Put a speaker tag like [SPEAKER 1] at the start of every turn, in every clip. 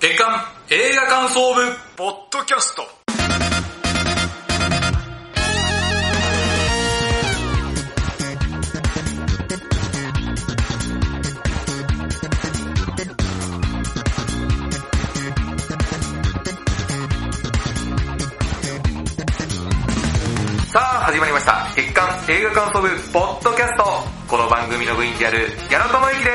[SPEAKER 1] 間映画感想部
[SPEAKER 2] ポッドキャスト
[SPEAKER 1] さあ始まりました月間映画感想部ポッドキャストこの番組の部員である矢野智之で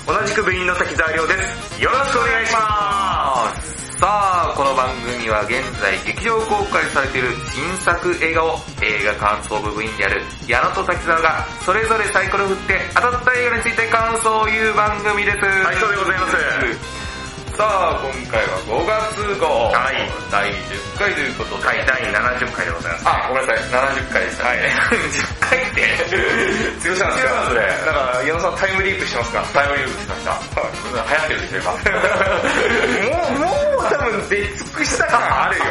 [SPEAKER 1] す
[SPEAKER 2] 同じく部員の滝沢亮ですよろしくお願いし
[SPEAKER 1] ますさあこの番組は現在劇場公開されている新作映画を映画感想部部員である矢野と滝沢がそれぞれサイコロ振って当たった映画について感想を言う番組です
[SPEAKER 2] すはいそうでございます
[SPEAKER 1] さあ今回は5月号、
[SPEAKER 2] はい
[SPEAKER 1] 第10回ということで、
[SPEAKER 2] はい第70回でございます
[SPEAKER 1] あ、ごめんなさい、70回でした、ね。 はい、10回って、
[SPEAKER 2] 強さなんですか
[SPEAKER 1] 強さなんですね
[SPEAKER 2] だから矢野さんタイムリープしてますか
[SPEAKER 1] タイムリープしました。流行ってるでしょ、今。
[SPEAKER 2] もうもう多分出尽くした感あるよ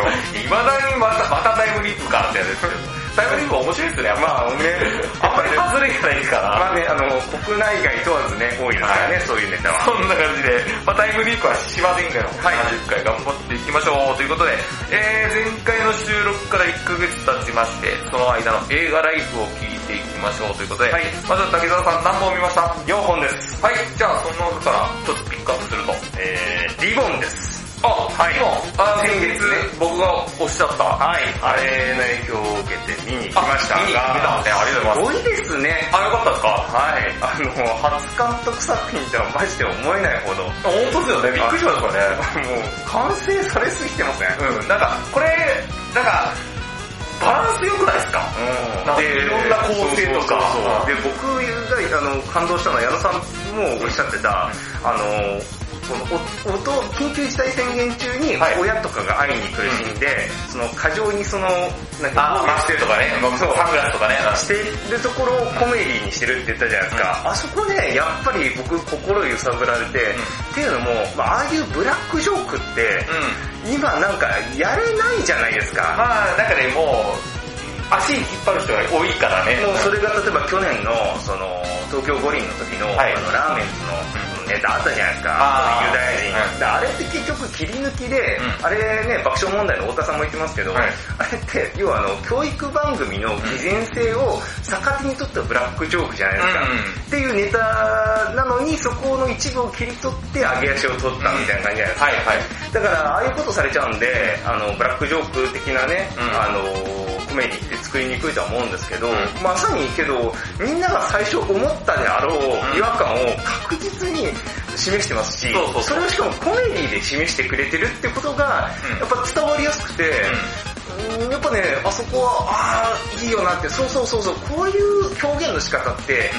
[SPEAKER 1] いまだにまた、またタイムリープかってやつですけど。タイムリープ面白いですね、やっぱ
[SPEAKER 2] まあね
[SPEAKER 1] あんまり外れがないから。
[SPEAKER 2] まあねあの国内外問わずね多いですからね、
[SPEAKER 1] は
[SPEAKER 2] そういうネタは
[SPEAKER 1] そんな感じで、まあ、タイムリープはしませんけど、
[SPEAKER 2] はい
[SPEAKER 1] 70回頑張っていきましょうということで、えー、前回の収録から1ヶ月経ちまして、その間の映画ライフを聞いていきましょうということで、
[SPEAKER 2] はい
[SPEAKER 1] まずは竹澤さん何本見ました
[SPEAKER 2] 4本です
[SPEAKER 1] はい、じゃあその中からちょっとピックアップすると。
[SPEAKER 2] えー、リボンです
[SPEAKER 1] あ、はい、今、あ先月僕がおっしゃった。
[SPEAKER 2] はいあれの影響を受けて見に来ました
[SPEAKER 1] あ見に来てたんで
[SPEAKER 2] が
[SPEAKER 1] すね、ありがとうございます。
[SPEAKER 2] すごいですね
[SPEAKER 1] あ、よかったですか
[SPEAKER 2] はいあの初監督作品とはマジで思えないほどもう
[SPEAKER 1] 本当ですよね、びっくりしましたね。
[SPEAKER 2] 完成されすぎてませんうん
[SPEAKER 1] うん、なんか、これ、なんか、バランス良くないですかなんか
[SPEAKER 2] で
[SPEAKER 1] いろんな構成とか
[SPEAKER 2] そうそうそうで僕があの感動したのは矢野さんもおっしゃってたあのこのお音緊急事態宣言中に
[SPEAKER 1] はい
[SPEAKER 2] 親とかが会いに来るシーンで、その過剰にそのなん
[SPEAKER 1] あ
[SPEAKER 2] か、
[SPEAKER 1] マスクとかね、
[SPEAKER 2] そう
[SPEAKER 1] サングラスとかね。
[SPEAKER 2] してるところをコメディにしてるって言ったじゃないですか、あそこねやっぱり僕心揺さぶられて、っていうのも、まあああいうブラックジョークって
[SPEAKER 1] う、ん。
[SPEAKER 2] 今なんかやれないじゃないですか、
[SPEAKER 1] まあ、なんかね、もう、足引っ張る人が多いからね。
[SPEAKER 2] もうそれが例えば去年のその東京五輪の時の,、
[SPEAKER 1] はい
[SPEAKER 2] あのラーメンズのネタあったじゃないですか、
[SPEAKER 1] あー
[SPEAKER 2] ユダヤ人、
[SPEAKER 1] うん
[SPEAKER 2] であれって結局切り抜きで、
[SPEAKER 1] うん
[SPEAKER 2] あれね爆笑問題の太田さんも言ってますけど、
[SPEAKER 1] はい
[SPEAKER 2] あれって要はあの教育番組の偽善性を逆手にとったブラックジョークじゃないですか、
[SPEAKER 1] うんうん
[SPEAKER 2] っていうネタなのにそこの一部を切り取って揚げ足を取ったみたいな感じじゃないですか、
[SPEAKER 1] はいはい。
[SPEAKER 2] だからああいうことされちゃうんで、あのブラックジョーク的なね、
[SPEAKER 1] うん
[SPEAKER 2] あのコメディって作りにくいとは思うんですけど、
[SPEAKER 1] うん
[SPEAKER 2] まさにけどみんなが最初思ったであろう違和感を確実に示してますし、
[SPEAKER 1] そうそうそう
[SPEAKER 2] れをしかもコメディで示してくれてるってことが、
[SPEAKER 1] うん
[SPEAKER 2] やっぱ伝わりやすくて、うんやっぱね、あそこは、ああ、いいよなって、そうそうそうそう、こういう表現の仕方って、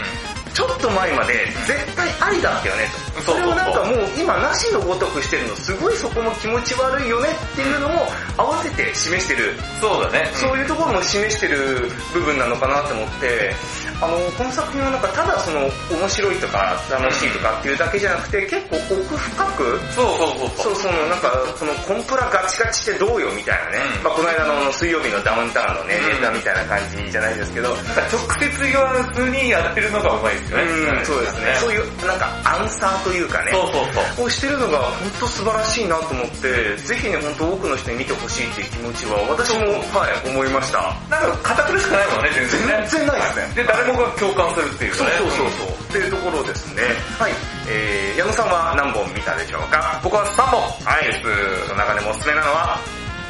[SPEAKER 2] ちょっと前まで絶対ありだったよねと。
[SPEAKER 1] そうそうそう
[SPEAKER 2] れをなんかもう今なしのごとくしてるの、すごいそこも気持ち悪いよねっていうのも合わせて示してる、
[SPEAKER 1] そうだね。
[SPEAKER 2] そういうところも示してる部分なのかなと思って、あの、この作品はなんかただその面白いとか楽しいとかっていうだけじゃなくて、結構奥深く、
[SPEAKER 1] そうそうそう
[SPEAKER 2] そうそう、なんか、そのコンプラガチガチってどうよみたいなね。
[SPEAKER 1] うん
[SPEAKER 2] まあこの間のあの水曜日のダウンタウンのね、
[SPEAKER 1] うん
[SPEAKER 2] ネタみたいな感じじゃないですけど、
[SPEAKER 1] なんか直接言わずにやってるのがうまいですよね。
[SPEAKER 2] うん、そうですね。そういう、なんかアンサーというかね、
[SPEAKER 1] そうそうそう。
[SPEAKER 2] をしてるのが本当素晴らしいなと思って、ぜひね、本当多くの人に見てほしいっていう気持ちは、私も、はい、思いました。
[SPEAKER 1] なんか堅苦しくないもんね、全然ね。
[SPEAKER 2] 全然ないですね
[SPEAKER 1] で、誰もが共感するっていうかね。
[SPEAKER 2] そう。っていうところですね。はい。えー、矢野さんは何本見たでしょうか
[SPEAKER 1] 僕は3本。
[SPEAKER 2] はい
[SPEAKER 1] です。
[SPEAKER 2] その中でもおすすめなのは、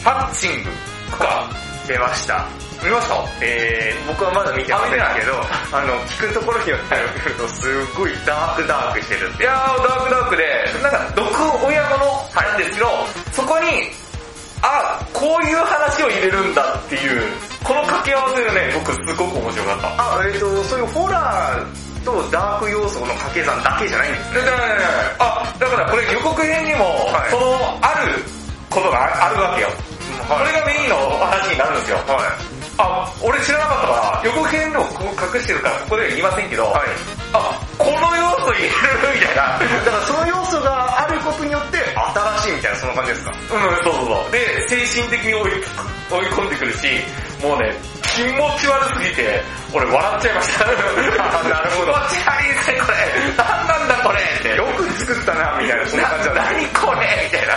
[SPEAKER 1] ハッチングが
[SPEAKER 2] 出ました。
[SPEAKER 1] 見ました
[SPEAKER 2] えー、僕はまだ見てませんけど、あの、聞くところによってくると、すっごいダークダークしてるん
[SPEAKER 1] い
[SPEAKER 2] で。
[SPEAKER 1] やー、ダークダークで、なんか、毒親子のなんですけど、そこに、あ、こういう話を入れるんだっていう、この掛け合わせがね、僕すごく面白かった。
[SPEAKER 2] あ、えっ、と、そういうホラーとダーク要素の掛け算だけじゃないんですね。
[SPEAKER 1] だからあ、だからこれ予告編にも、
[SPEAKER 2] はい
[SPEAKER 1] その、あることがあるわけよ。こ
[SPEAKER 2] はい
[SPEAKER 1] れがメインの話になるんですよ。
[SPEAKER 2] はい。
[SPEAKER 1] あ、俺知らなかったから、予告編でもここ隠してるから、ここでは言いませんけど、
[SPEAKER 2] はい。
[SPEAKER 1] あ、この要素入れるみたいな。
[SPEAKER 2] だからその要素があることによって、新しいみたいな、そんな感じですか。
[SPEAKER 1] うん、そうそうそう。で、精神的に追い追い込んでくるし、もうね、気持ち悪すぎて、俺笑っちゃいました。
[SPEAKER 2] あなるほど
[SPEAKER 1] 気持ち悪いですね、これ。何なんだこれって。
[SPEAKER 2] よく作ったな、みたいな、そんな
[SPEAKER 1] な
[SPEAKER 2] 感じだった。
[SPEAKER 1] 何これみたいな。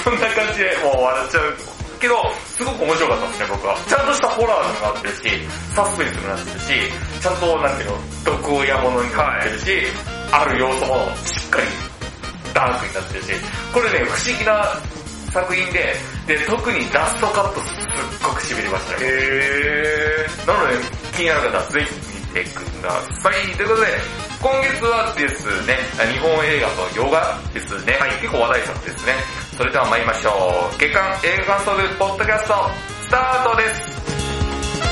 [SPEAKER 1] 笑っちゃうけど、すごく面白かったんですね、僕は。ちゃんとしたホラーにもなってるし、サスペンスにもなってるし、ちゃんと、なんていうの、毒親物にもなってるし、ある要素もしっかりダークになってるし、これね、不思議な作品で、で、特にラストカットすっごく痺れましたよ。へー。なので、気になる方はぜひ見てください。ということで、今月はですね、日本映画と洋画ですね、結構話題作ですね。それでは参りましょう。月間映画感想部ポッドキャスト、スタートです。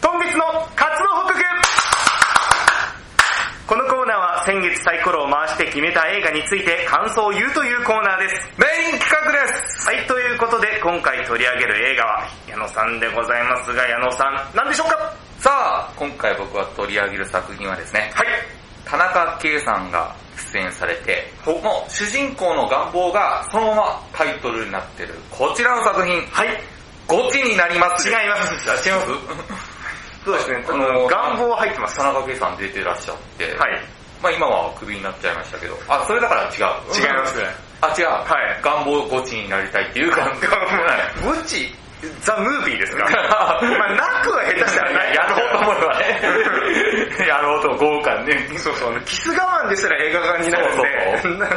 [SPEAKER 2] 今月のカツの報告このコーナーは先月サイコロを回して決めた映画について感想を言うというコーナーです。
[SPEAKER 3] メイン企画です
[SPEAKER 2] はい、ということで今回取り上げる映画は矢野さんでございますが矢野さん、何でしょうか
[SPEAKER 3] さあ、今回僕が取り上げる作品はですね、
[SPEAKER 2] はい。
[SPEAKER 3] 田中圭さんが出演されて、もう主人公の願望がそのままタイトルになってる、こちらの作品、
[SPEAKER 2] はい。
[SPEAKER 3] ゴチになります。
[SPEAKER 2] 違います。
[SPEAKER 3] いらっしゃいます
[SPEAKER 2] そうですね、
[SPEAKER 3] あ
[SPEAKER 2] あ
[SPEAKER 3] の
[SPEAKER 2] の、願望入ってます。
[SPEAKER 3] 田中圭さん出てらっしゃって、
[SPEAKER 2] はい。
[SPEAKER 3] まあ今はクビになっちゃいましたけど、あ、それだから違う。
[SPEAKER 2] 違います。
[SPEAKER 3] あ、違う。
[SPEAKER 2] はい
[SPEAKER 3] 願望ゴチになりたいっていう願望。
[SPEAKER 2] ゴチ、ザ・ムービーです かまあなくは下手したらな い。
[SPEAKER 1] やろうと思えば ね、やろうと豪華にね、
[SPEAKER 2] そうそう、キス我慢ですら映画館になるんで、
[SPEAKER 1] そ
[SPEAKER 2] な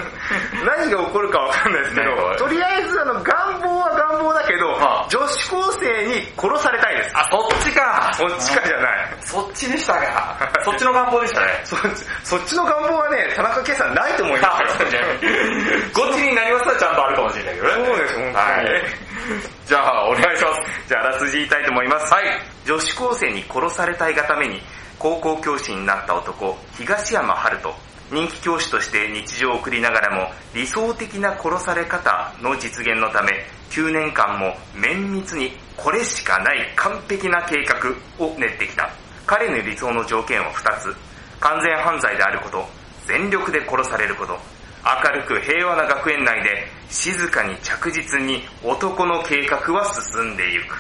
[SPEAKER 2] 何が起こるかわかんないですけ
[SPEAKER 1] 何が起
[SPEAKER 2] ど、とりあえずあの願望は願望だけど、
[SPEAKER 1] はあ
[SPEAKER 2] 女子高生に殺されたいです。
[SPEAKER 3] あ、そっちか
[SPEAKER 2] そっちかじゃない。
[SPEAKER 3] そっちでしたか。そっちの願望でしたね。
[SPEAKER 2] そっちそっちの願望はね、田中圭さんないと思いま
[SPEAKER 1] あ
[SPEAKER 2] すよ。
[SPEAKER 1] ゴチになりますはちゃんとあるかもしれないけどね。
[SPEAKER 2] そうです、本当に。
[SPEAKER 1] はい。じゃあ、お願いします。
[SPEAKER 2] じゃあ、あらすじ言いたいと思います。
[SPEAKER 3] はい。
[SPEAKER 2] 女子高生に殺されたいがために高校教師になった男東山春人人気教師として日常を送りながらも理想的な殺され方の実現のため9年間も綿密にこれしかない完璧な計画を練ってきた彼の理想の条件は2つ完全犯罪であること全力で殺されること明るく平和な学園内で静かに着実に男の計画は進んでいく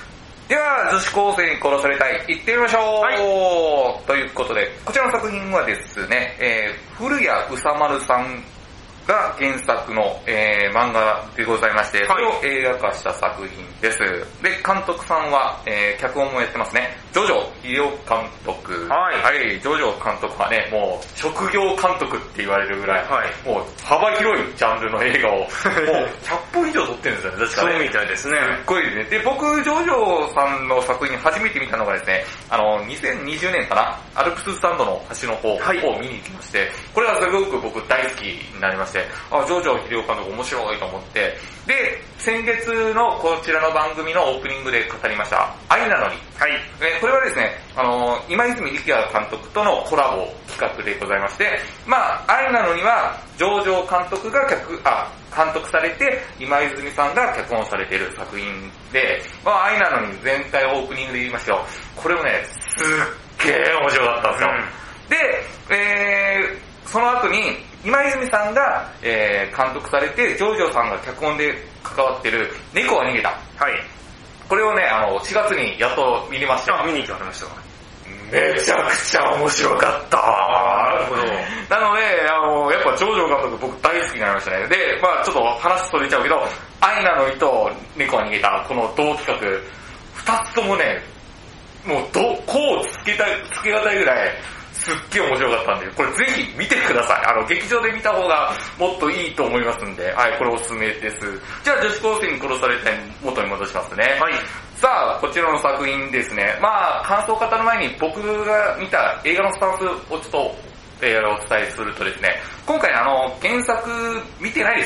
[SPEAKER 3] では、女子高生に殺されたい、行ってみましょう、ということで、こちらの作品はですね、えー、古谷宇佐丸さんが原作の、えー漫画でございまして、
[SPEAKER 2] はい
[SPEAKER 3] それを映画化した作品です。で、監督さんは、えー脚本もやってますね、ジョジョ秀夫監督。
[SPEAKER 2] はい
[SPEAKER 3] ジョジョ監督はね、もう、職業監督って言われるぐらい、
[SPEAKER 2] はい
[SPEAKER 3] もう、幅広いジャンルの 映画を、もう、100本以上撮ってるんですよね、確かね。
[SPEAKER 2] たいですね。
[SPEAKER 3] すっごいですね。で、僕、ジョジョさんの作品初めて見たのがですね、あの、2020年かな、アルプススタンドの端の方を
[SPEAKER 2] はい
[SPEAKER 3] 見に行きまして、これがすごく僕大好きになりまして、あ、ジョジョ秀夫監督面白いと思って、で、先月のこちらの番組のオープニングで語りました、愛なのに
[SPEAKER 2] はい。
[SPEAKER 3] えーこれはですね、あのー今泉力也監督とのコラボ企画でございまして、まあ、愛なのには、上場監督が脚、あ、監督されて、今泉さんが脚本されている作品で、まあ、愛なのに全体オープニングで言いましたよ。これもね、すっげー面白かったんですよ。で、えー、その後に、今泉さんが、えー監督されて、ジョージョさんが脚本で関わってる、猫は逃げた。
[SPEAKER 2] はい。
[SPEAKER 3] これをね、あの、4月にやっと見れました。
[SPEAKER 2] 見に行かれました。
[SPEAKER 1] めちゃくちゃ面白かった。
[SPEAKER 2] なるほど。
[SPEAKER 3] なので、あの、やっぱ、ジョージョ監督僕大好きになりましたね。で、まあちょっと話それちゃうけど、愛なのにと猫は逃げた、この同企画、二つともね、もう、ど、こうつけたい、つけがたいぐらい、すっげえ面白かったんで、これぜひ見てください。あの、劇場で見た方がもっといいと思いますんで、はい、これおすすめです。じゃあ、女子高生に殺されたい元に戻しますね。
[SPEAKER 2] はい。
[SPEAKER 3] さあ、こちらの作品ですね。まあ、感想を語る前に僕が見た映画のスタンスをちょっと、えーお伝えするとですね、今回あの、原作見てないで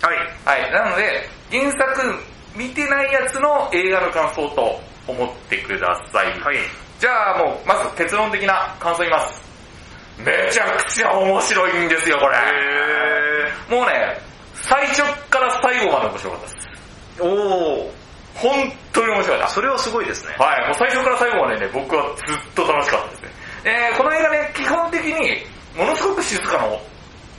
[SPEAKER 3] す。
[SPEAKER 2] はい。
[SPEAKER 3] はい。なので、原作見てないやつの映画の感想と思ってください。
[SPEAKER 2] はい。
[SPEAKER 3] じゃあもう、まず結論的な感想言います。めちゃくちゃ面白いんですよ、これ。もうね、最初から最後まで面白かったです。
[SPEAKER 2] おー、
[SPEAKER 3] 本当に面白かった。
[SPEAKER 2] それはすごいですね。
[SPEAKER 3] はい、もう最初から最後までね、僕はずっと楽しかったですね。えー、この映画ね、基本的に、ものすごく静かなお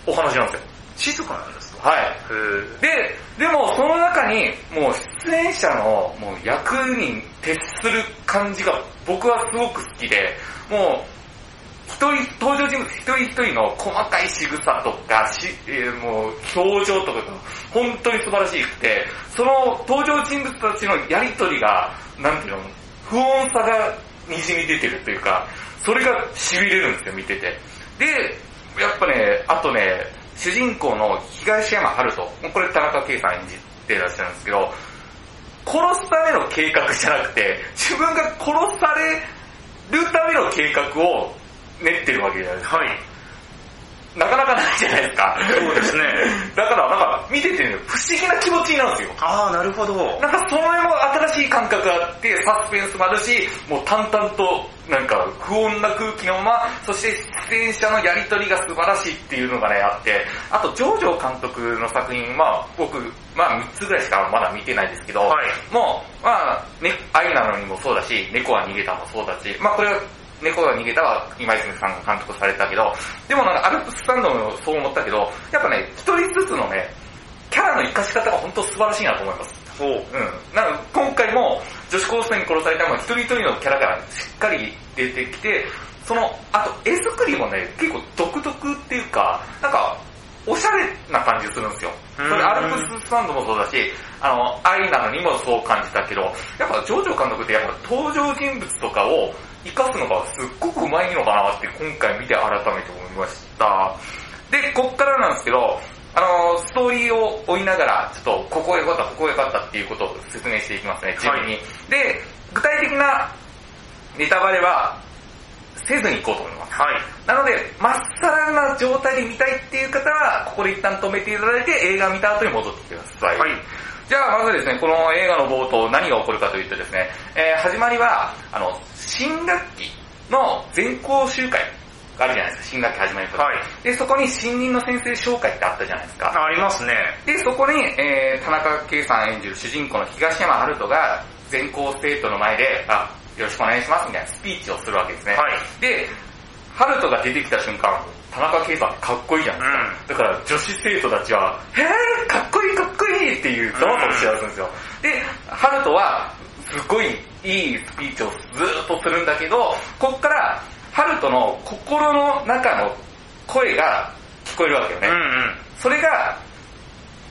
[SPEAKER 3] お話なんですよ。
[SPEAKER 1] 静かなんですと。
[SPEAKER 3] はい。
[SPEAKER 1] へー
[SPEAKER 3] で、でもその中に、もう出演者のもう役に徹する感じが僕はすごく好きで、もう、一人、登場人物一人一人の細かい仕草とか、しえーもう表情とかが本当に素晴らしくて、その登場人物たちのやりとりが、なんていうの、不穏さがにじみ出てるというか、それが痺れるんですよ、見てて。で、やっぱね、あとね、主人公の東山春人、これ田中圭さん演じてらっしゃるんですけど、殺すための計画じゃなくて、自分が殺されるための計画を練ってるわけじゃないですか。
[SPEAKER 1] はい。
[SPEAKER 3] なかなかないじゃないですか。
[SPEAKER 1] そうですね。
[SPEAKER 3] だから、なんか見ててね不思議な気持ちになるんですよ。
[SPEAKER 1] ああ、なるほど。
[SPEAKER 3] なんかその辺も新しい感覚があって、サスペンスもあるし、もう淡々と、なんか不穏な空気のまま、そして出演者のやりとりが素晴らしいっていうのがね、あって、あと、ジョジョ監督の作品、まあ僕、まあ3つぐらいしかまだ見てないですけど、
[SPEAKER 1] はい
[SPEAKER 3] もう、まあ、ね、愛なのにもそうだし、猫は逃げたもそうだし、まあこれは、猫が逃げたは今泉さんが監督されたけど、でもなんかアルプススタンドもそう思ったけど、やっぱね、一人ずつのね、キャラの生かし方が本当素晴らしいなと思います。
[SPEAKER 1] ほう。
[SPEAKER 3] うん。なんか今回も女子高生に殺されたのが一人一人のキャラがしっかり出てきて、その、あと絵作りもね、結構独特っていうか、なんか、おしゃれな感じするんですよ。それ
[SPEAKER 1] うん
[SPEAKER 3] アルプススタンドもそうだし、あの、愛なのにもそう感じたけど、やっぱジョジョ監督ってやっぱ登場人物とかを生かすのがすっごくうまいのかなって今回見て改めて思いました。で、こっからなんですけど、あのーストーリーを追いながら、ちょっと、ここが良かった、ここが良かったっていうことを説明していきますね、自分に。で、具体的なネタバレは、せずに行こうと思います。
[SPEAKER 1] はい。
[SPEAKER 3] なので、まっさらな状態で見たいっていう方は、ここで一旦止めていただいて、映画見た後に戻ってきてください。
[SPEAKER 1] はい。
[SPEAKER 3] じゃあ、まずですね、この映画の冒頭、何が起こるかというとですね、えー始まりは、あの、新学期の全校集会があるじゃないですか、新学期始まりとか。
[SPEAKER 1] はい
[SPEAKER 3] で、そこに新任の先生紹介ってあったじゃないですか。
[SPEAKER 1] ありますね。
[SPEAKER 3] で、そこに、えー、田中圭さん演じる主人公の東山春人が、全校生徒の前で、あ、よろしくお願いしますみたいなスピーチをするわけですね。
[SPEAKER 1] はい。
[SPEAKER 3] で、ハルトが出てきた瞬間、田中圭さんってかっこいいじゃん。
[SPEAKER 1] うん。
[SPEAKER 3] だから女子生徒たちは、へぇかっこいいかっこいいっていうざわざわしちゃうんですよ。で、ハルトは、すごいいいスピーチをずーっとするんだけど、こっから、ハルトの心の中の声が聞こえるわけよね。
[SPEAKER 1] うんうん。
[SPEAKER 3] それが、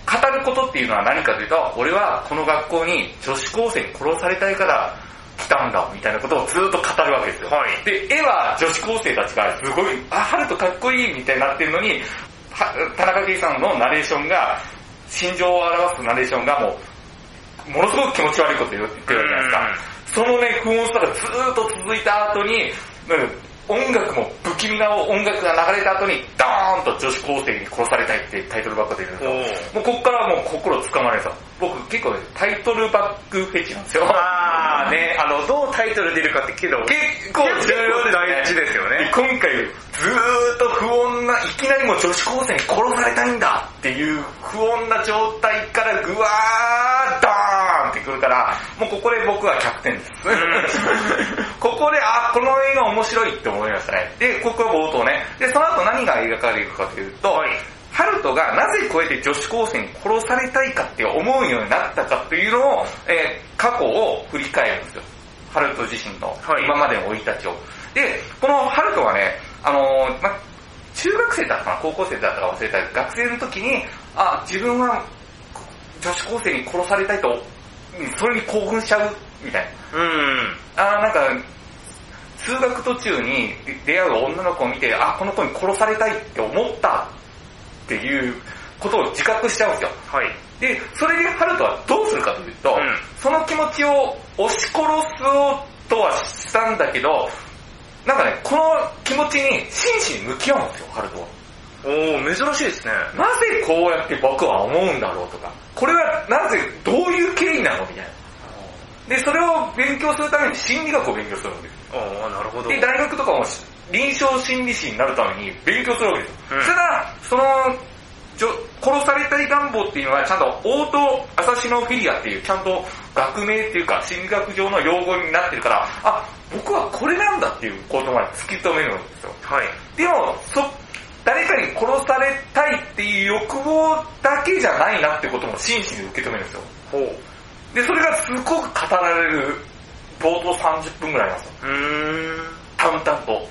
[SPEAKER 3] 語ることっていうのは何かというと、俺はこの学校に女子高生に殺されたいから来たんだ、みたいなことをずーっと語るわけですよ。
[SPEAKER 1] はい。
[SPEAKER 3] で、絵は女子高生たちがすごい、あ、ハルトかっこいいみたいになってるのに、は田中圭さんのナレーションが、心情を表すナレーションがもう、ものすごく気持ち悪いこと言ってるわけじゃないですか。そのね、不穏さがずーっと続いた後に、なんか音楽も不気味な音楽が流れた後に、ドーンと女子高生に殺されたいっていうタイトルばっか出るんですよ。もうこっからはもう心つかまれた。僕結構ね、タイトルバックフェチなんですよ。
[SPEAKER 1] あーね、あの、どうタイトル出るかってけど、
[SPEAKER 3] 結構重
[SPEAKER 1] 重
[SPEAKER 3] 要
[SPEAKER 1] 要
[SPEAKER 3] で
[SPEAKER 1] ですす
[SPEAKER 3] ね
[SPEAKER 1] ね大事ですよ
[SPEAKER 3] で
[SPEAKER 1] ね。
[SPEAKER 3] 今回、ずーっと不穏な、いきなりもう女子高生に殺されたいんだっていう不穏な状態からぐわードーンってくるから、もうここで僕は100点です。 ここで、あ、この映画面白いって思いましたね。で、ここは冒頭ね。で、その後何が描かれるかというと、ハルトがなぜこうやって女子高生に殺されたいかって思うようになったかというのを、えー過去を振り返るんですよ。ハルト自身の
[SPEAKER 1] はい
[SPEAKER 3] 今までの生い立ちを。で、このハルトはね、あのーま、中学生だったかな、高校生だったか忘れたけど学生の時に、あ、自分は女子高生に殺されたいと、うんそれに興奮しちゃう、みたいな。
[SPEAKER 1] うん。
[SPEAKER 3] あーなんか、通学途中に出出会う女の子を見て、あ、この子に殺されたいって思ったっていうことを自覚しちゃうんですよ。
[SPEAKER 1] はい。
[SPEAKER 3] で、それでハルトはどうするかというと、
[SPEAKER 1] うん
[SPEAKER 3] その気持ちを押し殺そうとはしたんだけど、なんかね、この気持ちに真摯に向き合うんですよ、ハルトは。
[SPEAKER 1] おー、珍しいですね。
[SPEAKER 3] なぜこうやって僕は思うんだろうとか、これはなぜどういう経緯なのみたいな。で、それを勉強するために心理学を勉強するんですよ。
[SPEAKER 1] おー、なるほど。
[SPEAKER 3] で、大学とかも臨床心理士になるために勉強するわけですよ。
[SPEAKER 1] うん
[SPEAKER 3] ただ、その、じょ殺されたい願望っていうのはちゃんとオートアサシノフィリアっていうちゃんと学名っていうか心理学上の用語になってるから、あ、僕はこれなんだっていうことまで突き止めるんですよ。
[SPEAKER 1] はい。
[SPEAKER 3] でも、そ、誰かかに殺されたいっていう欲望だけじゃないなってことも真摯に受け止めるんですよ。
[SPEAKER 2] ほう。
[SPEAKER 3] で、それがすごく語られる冒頭30分ぐらいなんですよ。
[SPEAKER 2] うーん。
[SPEAKER 3] 淡々と。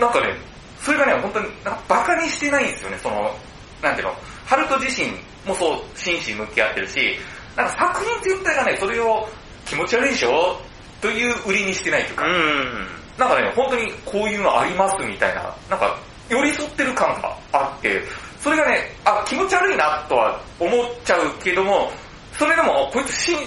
[SPEAKER 3] なんかね、それがね、本当になんかバカにしてないんですよね、その、なんていうの、ハルト自身もそう、真摯に向き合ってるし、なんか作品全体がね、それを気持ち悪いでしょという売りにしてないというか、
[SPEAKER 2] うん。
[SPEAKER 3] なんかね、本当にこういうのありますみたいな、なんか寄り添ってる感があって、それがね、あ、気持ち悪いなとは思っちゃうけども、それでも、こいつしん、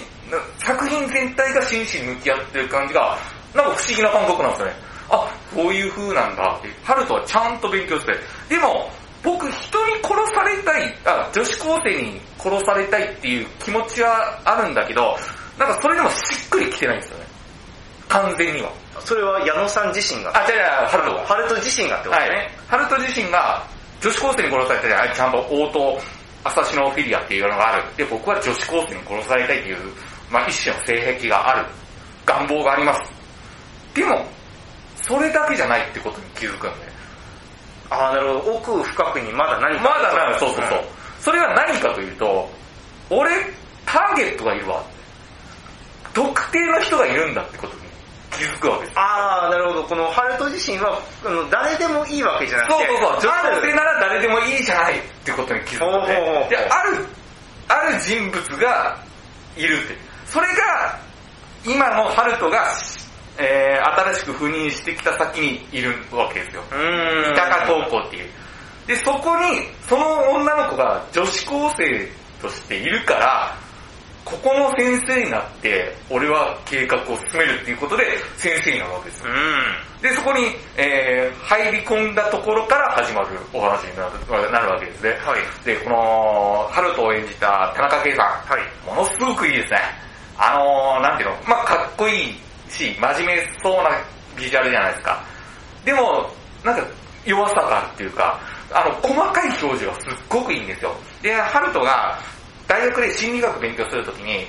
[SPEAKER 3] 作品全体が真摯に向き合ってる感じが、なんか不思議な感覚なんですよね。あ、こういう風なんだって。ハルトはちゃんと勉強して。でも、僕人に殺されたい、あ、女子高生に殺されたいっていう気持ちはあるんだけど、なんかそれでもしっくりきてないんですよね。完全には。
[SPEAKER 2] それは矢野さん自身が。
[SPEAKER 3] あ、じゃあじゃあ、ハルトが。
[SPEAKER 2] ハルト自身がってこと
[SPEAKER 3] は
[SPEAKER 2] ね。
[SPEAKER 3] い。ハルト自身が女子高生に殺されたじゃない、ちゃんとオートアサシノフィリアっていうのがある。で、僕は女子高生に殺されたいっていう、まあ一種の性癖がある。願望があります。でも、それだけじゃないってことに気づくんで。
[SPEAKER 2] ああ、なるほど。奥深くにまだ何か。
[SPEAKER 3] まだな、そうそうそう。それは何かというと、俺、ターゲットがいるわって。特定の人がいるんだってことに気づくわけです。
[SPEAKER 2] ああ、なるほど。このハルト自身は、あの誰でもいいわけじゃなく
[SPEAKER 3] そ
[SPEAKER 2] て。
[SPEAKER 3] うそうそう、女子
[SPEAKER 2] あ
[SPEAKER 3] 高生
[SPEAKER 2] る。
[SPEAKER 3] なら誰でもいいじゃないってことに気づくので
[SPEAKER 2] ほうほうほう
[SPEAKER 3] で、ある、ある人物がいるって。それが、今のハルトが、えー、新しく赴任してきた先にいるわけですよ。
[SPEAKER 2] うーん。
[SPEAKER 3] 三鷹高校っていう。で、そこに、その女の子が女子高生としているから、ここの先生になって、俺は計画を進めるっていうことで、先生になるわけですよ
[SPEAKER 2] う。ん。
[SPEAKER 3] で、そこに、えー、入り込んだところから始まるお話になるなるわけですね。
[SPEAKER 2] はい
[SPEAKER 3] で、この、ハルトを演じた田中圭さん。
[SPEAKER 2] はい。
[SPEAKER 3] ものすごくいいですね。あのー、なんていうの、まあかっこいいし、真面目そうなビジュアルじゃないですか。でも、なんか、弱さがあるっていうか、あの、細かい表情がすっごくいいんですよ。で、ハルトが、大学で心理学勉強するときに、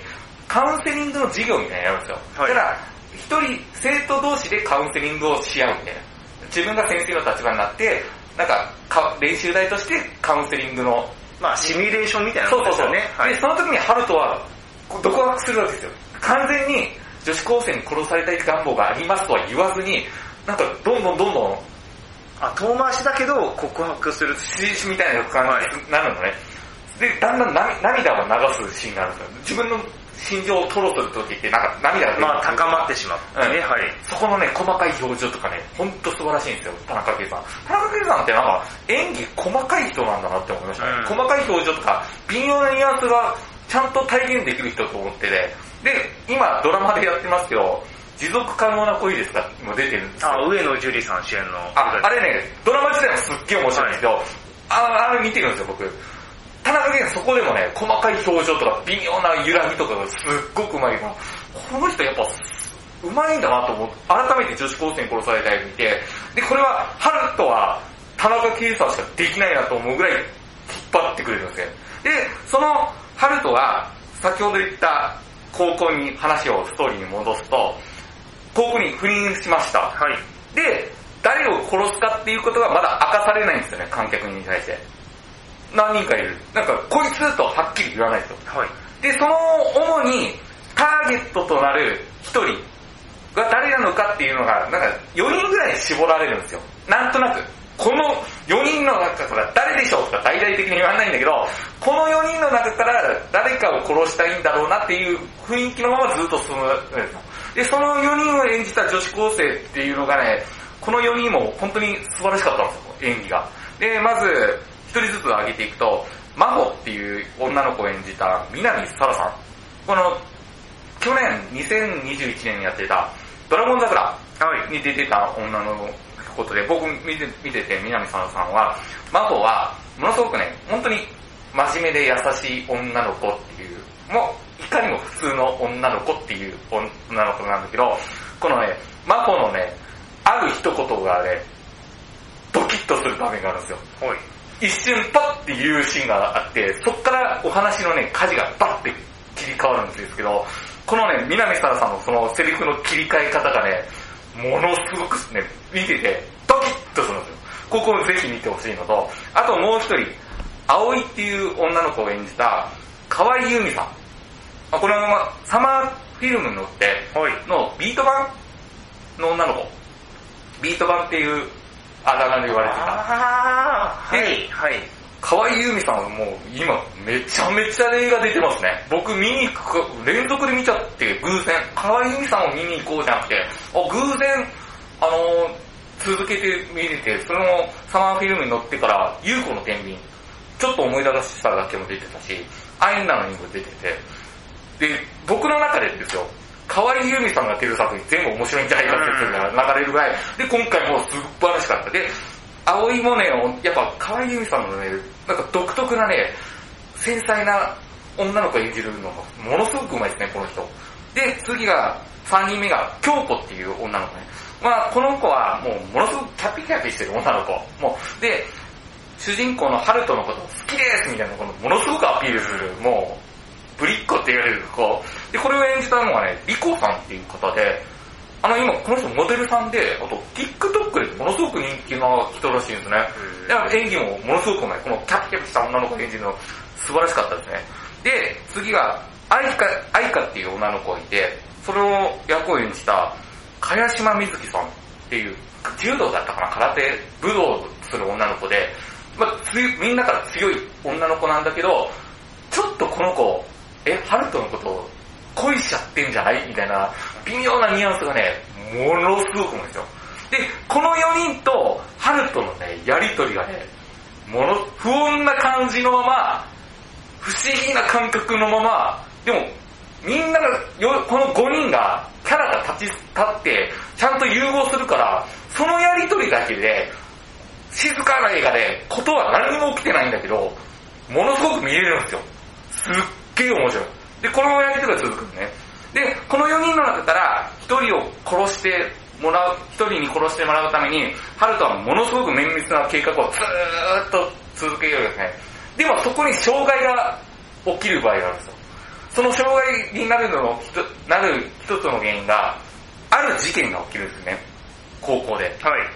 [SPEAKER 3] カウンセリングの授業みたいなのやるんですよ。
[SPEAKER 2] はい
[SPEAKER 3] だから、一人、生徒同士でカウンセリングをし合うみたいな。自分が先生の立場になって、なんかか、練習台としてカウンセリングの
[SPEAKER 2] まあ、シミュレーションみたいな
[SPEAKER 3] そ
[SPEAKER 2] こ
[SPEAKER 3] う
[SPEAKER 2] と
[SPEAKER 3] そう
[SPEAKER 2] です
[SPEAKER 3] そう。
[SPEAKER 2] よね。はい
[SPEAKER 3] で、。その時にハルトは、こう独白するわけですよ。完全に女子高生に殺されたい願望がありますとは言わずに、なんかどんどんどんどん
[SPEAKER 2] あ、遠回しだけど告白する。
[SPEAKER 3] しみたいな感じになるのね。で、だんだんな涙を流すシーンになるんですよ。自分の心情を吐露する時ってなんか涙が出る
[SPEAKER 2] まあ、高まってしまう。
[SPEAKER 3] うん
[SPEAKER 2] ね、はい。
[SPEAKER 3] そこのね、細かい表情とかね、ほんと素晴らしいんですよ、田中圭さん。田中圭さんってなんか、演技細かい人なんだなって思いましたね。
[SPEAKER 2] うん
[SPEAKER 3] 細かい表情とか、微妙なニュアンスがちゃんと体現できる人と思ってて、で、今ドラマでやってますけど、持続可能な恋ですかも出てるんですよ。
[SPEAKER 2] あ、上野樹里さん主演の。
[SPEAKER 3] あ、あれね、ドラマ自体もすっげえ面白いんですけど、ああれ見てるんですよ、僕。田中圭さんそこでもね、細かい表情とか微妙な揺らぎとかがすっごくうまいから、この人やっぱ、うまいんだなと思って、改めて女子高生に殺されたり見て、で、これは、ハルトは田中圭さんしかできないなと思うぐらい引っ張ってくれるんですよ。で、そのハルトが、先ほど言った高校に話をストーリーに戻すと、高校に赴任しました。
[SPEAKER 2] はい。
[SPEAKER 3] で、誰を殺すかっていうことがまだ明かされないんですよね、観客に対して。何人かいる。なんか、こいつとはっきり言わないですよ。
[SPEAKER 2] はい。
[SPEAKER 3] で、その主にターゲットとなる一人が誰なのかっていうのが、なんか4人ぐらいに絞られるんですよ。なんとなく。この4人の中から誰でしょうとか大々的に言わないんだけど、この4人の中から誰かを殺したいんだろうなっていう雰囲気のままずっと進むんですよ。で、その4人を演じた女子高生っていうのがね、この4人も本当に素晴らしかったんですよ、演技が。で、まず、一人ずつ上げていくと、真帆っていう女の子を演じた南沙羅さん。この、去年2021年にやってた、ドラゴン桜
[SPEAKER 2] はい。
[SPEAKER 3] に出てた女のことで、僕見て見てて、南沙羅さんは、真帆は、ものすごくね、本当に真面目で優しい女の子っていう、もう、いかにも普通の女の子っていう女の子なんだけど、このね、真帆のね、ある一言がね、ドキッとする場面があるんですよ。
[SPEAKER 2] はい。
[SPEAKER 3] 一瞬パッて言うシーンがあって、そっからお話のね、舵がバッて切り替わるんですけど、このね、南沙羅さんのそのセリフの切り替え方がね、ものすごくね、見てて、ドキッとするんですよ。ここをぜひ見てほしいのと、あともう一人、葵っていう女の子を演じた、河合由美さん。あこれは、まあ、サマーフィルムに乗って、のビート版の女の子。ビート版っていうあだ名で言われてた。
[SPEAKER 2] あーはい、
[SPEAKER 3] で
[SPEAKER 2] はい。
[SPEAKER 3] 河合由美さんはもう今めちゃめちゃ映画出てますね。僕見に行くか、連続で見ちゃって偶然、河合由美さんを見に行こうじゃなくて、あ偶然、あのー続けて見れて、それもサマーフィルムに乗ってから、優子の天秤、ちょっと思い出しただけも出てたし、アインナのにも出てて、で、僕の中でですよ、河合由美さんが出る作品全部面白いんじゃないかって言ってた流れるぐらい、で、今回もうすっばらしかった。で、葵もね、やっぱ河合由美さんのね、なんか独特なね、繊細な女の子を演じるのがものすごくうまいですね、この人。で、次が、3人目が、京子っていう女の子ね。まあ、この子はもうものすごくキャピキャピしてる女の子。もう、で、主人公のハルトのことを好きですみたいな、このものすごくアピールする、もう、ぶりっ子って言われる子。で、これを演じたのがね、リコさんっていう方で、あの、今この人モデルさんで、あと TikTok でものすごく人気の人らしいんですね。だから演技もものすごくうまい。このキャピキャピした女の子演じるの素晴らしかったですね。で、次が、愛花、愛花っていう女の子がいて、それを役を演じた、茅島みずきさんっていう、柔道だったかな、空手、武道をする女の子で、まあ、つみんなから強い女の子なんだけど、ちょっとこの子、え、ハルトのことを恋しちゃってんじゃないみたいな、微妙なニュアンスがね、ものすごく多いんですよ。で、この4人と、ハルトのね、やりとりがね、もの、不穏な感じのまま、不思議な感覚のまま、でも、みんなが、よこの5人が、キャラが立ち、立って、ちゃんと融合するから、そのやりとりだけで、静かな映画で、ことは何も起きてないんだけど、ものすごく見れるんですよ。すっげえ面白い。で、このやりとりが続くのね。で、この4人の中から、1人を殺してもらう、1人に殺してもらうために、ハルトはものすごく綿密な計画をずーっと続けようですね。でもそこに障害が起きる場合があるんですよ。その障害になるののひと、なる一つの原因が、ある事件が起きるんですね。高校で。
[SPEAKER 2] はい。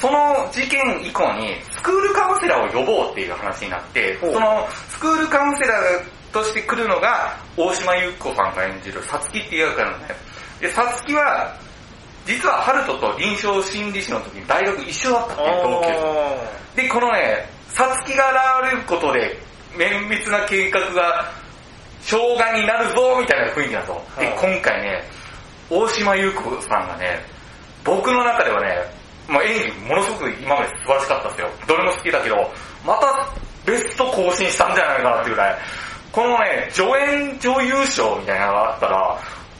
[SPEAKER 3] その事件以降にスクールカウンセラーを呼ぼうっていう話になって、
[SPEAKER 2] ほう
[SPEAKER 3] そのスクールカウンセラーとして来るのが大島優子さんが演じるさつきっていう役なんだよ。で、さつきは、実はハルトと臨床心理士の時に大学一緒だったっていう同級生。で、このね、さつきが現れることで、綿密な計画が、障害になるぞ、みたいな雰囲気だと。で、
[SPEAKER 2] はあ
[SPEAKER 3] 今回ね、大島優子さんがね、僕の中ではね、まあ、演技ものすごく今まで素晴らしかったですよ。どれも好きだけど、またベスト更新したんじゃないかなっていうぐらい、このね、助演女優賞みたいなのがあったら、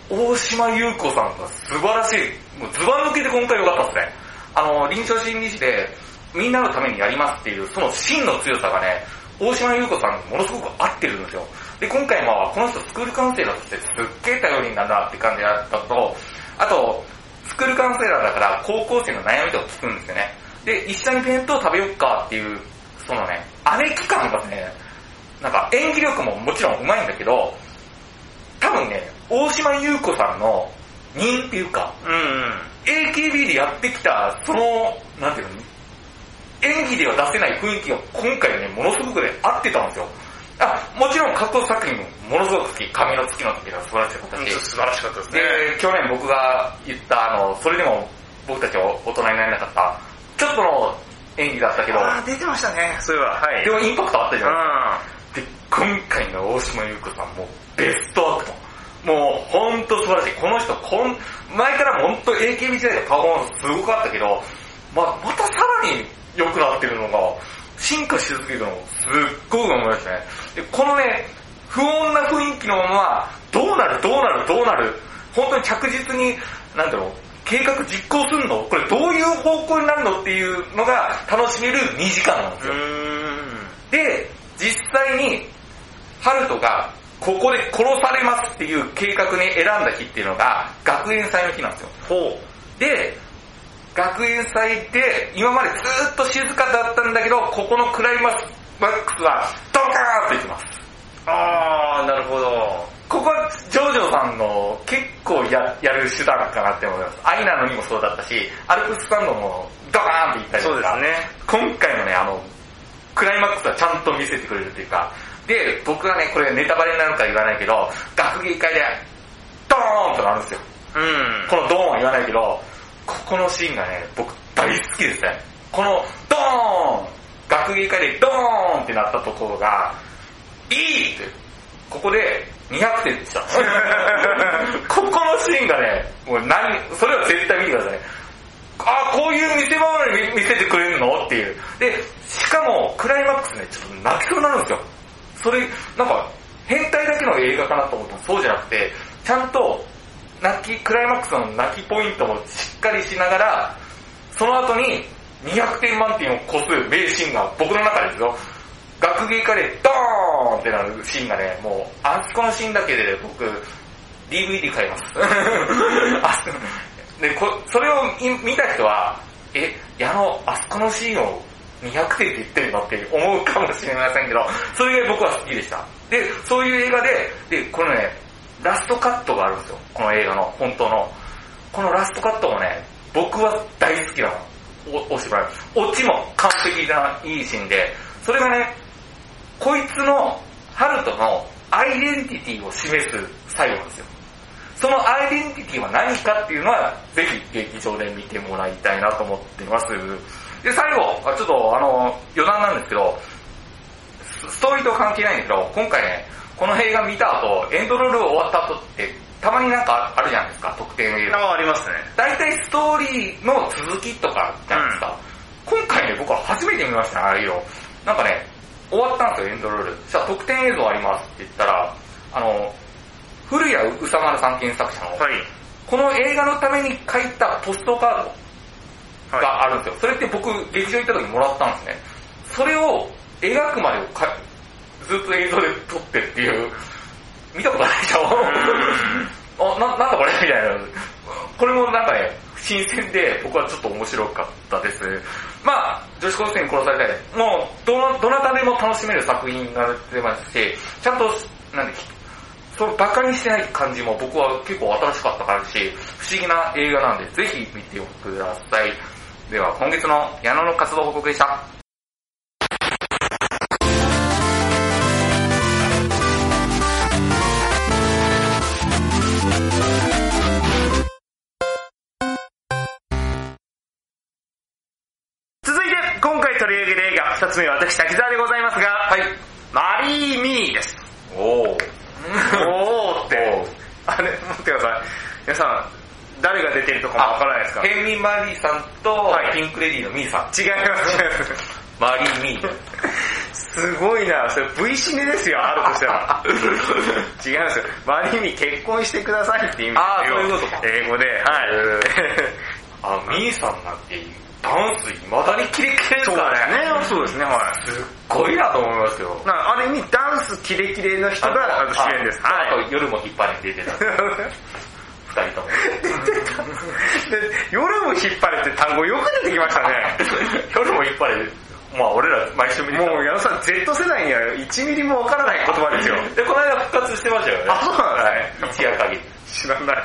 [SPEAKER 3] 大島優子さんが素晴らしい、もうズバ抜けて今回良かったですね。あの、臨床心理士で、みんなのためにやりますっていう、その真の強さがね、大島優子さんにものすごく合ってるんですよ。で、今回はこの人スクールカウンセラーとしてすっげえ頼りになるなって感じだったのと、あと、スクールカウンセラーだから高校生の悩みとか聞くんですよね。で、一緒に弁当食べよっかっていう、そのね、姉貴感がね、なんか演技力ももちろん上手いんだけど、多分ね、大島優子さんの人っていうか、
[SPEAKER 2] うんうん。
[SPEAKER 3] AKB でやってきた、その、なんていうの、演技では出せない雰囲気が今回ね、ものすごくね、合ってたんですよ。あ、もちろん過去作品もものすごく好き、髪の月の時は素晴らしかった
[SPEAKER 2] 本
[SPEAKER 3] し
[SPEAKER 2] 当、素晴らしかったですね。
[SPEAKER 3] で、去年僕が言った、あの、それでも僕たちは大人になれなかった、ちょっとの演技だったけど、
[SPEAKER 2] あー、出てましたね。そういえば、はい。
[SPEAKER 3] でもインパクトあったじゃないですか
[SPEAKER 2] う
[SPEAKER 3] で、今回の大島優子さんもベストアクト。もうほんと素晴らしい。この人こん、前からもほんと AKB 時代のパフォーマンスすごかったけど、まあ、またさらに良くなってるのが、進化し続けるのもすっごく思いましたね。で、このね、不穏な雰囲気のまま、どうなるどうなるどうなる、本当に着実に、なんだろう、計画実行するのこれどういう方向になるのっていうのが楽しめる2時間なんですよ。で、実際に、ハルトが、ここで殺されますっていう計画に選んだ日っていうのが、学園祭の日なんですよ。
[SPEAKER 2] ほ
[SPEAKER 3] で、学園祭で、今までずーっと静かだったんだけど、ここのクライマックスは、ドカーンっていきます。
[SPEAKER 2] う。あー、なるほど。
[SPEAKER 3] ここは、ジョージョさんの結構ややる手段かなって思います。アイナのにもそうだったし、アルプススタンドも、ドドカーンっていったりと
[SPEAKER 2] そ
[SPEAKER 3] か。
[SPEAKER 2] うですね。
[SPEAKER 3] 今回もね、あの、クライマックスはちゃんと見せてくれるっていうか、で、僕はね、これがネタバレになるか言わないけど、学芸会で、ドーンとなるんですよ。
[SPEAKER 2] うん。
[SPEAKER 3] このドーンは言わないけど、ここのシーンがね、僕大好きですね。このドーン学芸会でドーンってなったところが、いいって、ここで200点でした。ここのシーンがね、もう何、それは絶対見てくださいね。あ、こういう見せ場まで見見せてくれるのっていう。で、しかも、クライマックスね、ちょっと泣きそうになるんですよ。それ、なんか、変態だけの映画かなと思ったらそうじゃなくて、ちゃんと、泣き、クライマックスの泣きポイントもしっかりしながら、その後に、200点満点を超す名シーンが僕の中でですよ。学芸家でドーンってなるシーンがね、もう、あそこのシーンだけで僕、DVD 買います。 あそでこそれを見見た人は、え、矢野、あそこのシーンを200点って言ってるのって思うかもしれませんけど、それが僕は好きでした。で、そういう映画で、で、このね、ラストカットがあるんですよ。この映画の、本当の。このラストカットもね、僕は大好きなの。お、お芝居。オチも完璧な、いいシーンで、それがね、こいつの、ハルトのアイデンティティを示す最後なんですよ。そのアイデンティティは何かっていうのは、ぜひ劇場で見てもらいたいなと思っています。で、最後、あちょっとあの、余談なんですけど、スストーリーと関係ないんですけど、今回ね、この映画見た後、エンドロール終わった後って、たまになんかあるじゃないですか、特典映画。
[SPEAKER 2] あ、ありますね。
[SPEAKER 3] 大体ストーリーの続きとかじゃないですか。今回ね、僕は初めて見ましたね、ああいうの。なんかね、終わったんですよ、エンドロール。そしたら特典映像ありますって言ったら、あの、古谷宇佐丸さん原作者の、
[SPEAKER 2] はい。
[SPEAKER 3] この映画のために書いたポストカード
[SPEAKER 2] はい。
[SPEAKER 3] があるんですよ。それって僕、劇場行った時もらったんですね。それを描くまでをかずっと映像で撮ってっていう、見たことないでしょあ、な、なんだこれみた いな。これもなんかね、新鮮で僕はちょっと面白かったです。まあ女子高生に殺されたい。もう、どの、どなたでも楽しめる作品になってますし、ちゃんと、なんで、そのバカにしてない感じも僕は結構新しかったからし、不思議な映画なんで、ぜひ見てください。では、今月の矢野の活動報告でした。
[SPEAKER 2] 続いて、今回取り上げる映画、二つ目は私、滝沢でございますが、
[SPEAKER 3] はい。
[SPEAKER 2] マリー・ミーです。
[SPEAKER 3] おー。
[SPEAKER 2] おーっ
[SPEAKER 3] お
[SPEAKER 2] て
[SPEAKER 3] ー。
[SPEAKER 2] あれ、待ってください。皆さん、誰が出てるとかもわからないですか
[SPEAKER 3] ヘンリー・マリーさんと、
[SPEAKER 2] はい
[SPEAKER 3] ピンク・レディーのミーさん。
[SPEAKER 2] 違います、違います。
[SPEAKER 3] マリー・ミー。
[SPEAKER 2] すごいな、それ V シネですよ、あると したら。違うんですよ。マリーミー結婚してくださいって意味
[SPEAKER 3] あー
[SPEAKER 2] ですよ
[SPEAKER 3] そういうことか
[SPEAKER 2] 英語で、はい。
[SPEAKER 3] あ、ミーさんなんて、ダンス未だにキレッキレです
[SPEAKER 2] そう
[SPEAKER 3] か
[SPEAKER 2] です
[SPEAKER 3] らね。
[SPEAKER 2] ね、そうですね、はい。
[SPEAKER 3] すっごいなと思いますよ。
[SPEAKER 2] なある意味、ダンスキレキレの人があの主演です。
[SPEAKER 3] あ
[SPEAKER 2] はい。
[SPEAKER 3] と夜も引っ張りに出 てた。二人とも。
[SPEAKER 2] で夜も引っ張れって単語よく出てきましたね。
[SPEAKER 3] 夜も引っ張り、まあ俺ら毎週見てた。
[SPEAKER 2] もう矢野さん、Z 世代には1ミリもわからない言葉ですよ。
[SPEAKER 3] で、この間復活してましたよね。
[SPEAKER 2] あ、そうなんだね。
[SPEAKER 3] 一夜限り。
[SPEAKER 2] 知らない。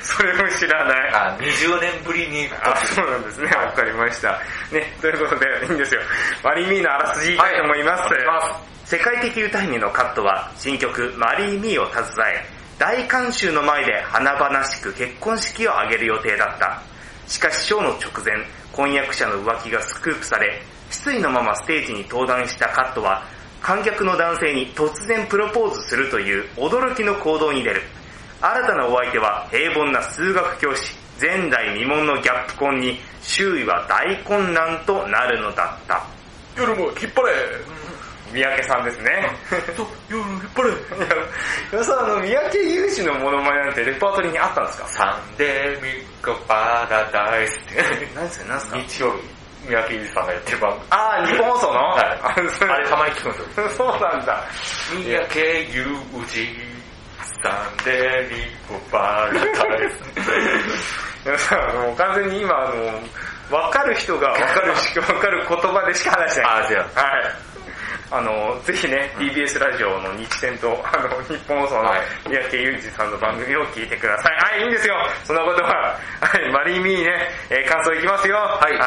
[SPEAKER 2] それも知らない。
[SPEAKER 3] あ、20年ぶりに。
[SPEAKER 2] あ、そうなんですね。わかりました。ね、ということで、いいんですよ。マリーミーのあらすじいきたいと思います。
[SPEAKER 3] はいお願いしま
[SPEAKER 2] 世界的歌姫のカットは、新曲マリーミーを携え、大観衆の前で華々しく結婚式を挙げる予定だった。しかし、ショーの直前、婚約者の浮気がスクープされ、失意のままステージに登壇したカットは、観客の男性に突然プロポーズするという驚きの行動に出る。新たなお相手は平凡な数学教師、前代未聞のギャップ婚に周囲は大混乱となるのだった。
[SPEAKER 3] 夜も引っ張れ。
[SPEAKER 2] 三宅さんですね。
[SPEAKER 3] そう、夜も引っ張れ。
[SPEAKER 2] いや、さあの、三宅裕司のモノマネなんてレパートリーにあったんですか
[SPEAKER 3] サンデーミックパラダイスって。
[SPEAKER 2] 何ですか何ですか
[SPEAKER 3] 日曜日、三宅裕司さんがやってる番組。
[SPEAKER 2] あー、日本放送の、
[SPEAKER 3] はい
[SPEAKER 2] あそ
[SPEAKER 3] あれたまに聞くんですよ。
[SPEAKER 2] う そうなんだ。
[SPEAKER 3] 三宅裕司、サンデーミックパラダイス。
[SPEAKER 2] いや、さあもう完全に今、あの、わかる人がわかるし、わかる言葉でしか話してない。
[SPEAKER 3] あ、違う。
[SPEAKER 2] はい。あの、ぜひね、TBS ラジオの日展と、あの、日本放送の
[SPEAKER 3] はい
[SPEAKER 2] 三宅裕二さんの番組を聞いてください。はい、いいんですよ。そんなことは、はい、マリーミーね、えー感想いきますよ。はい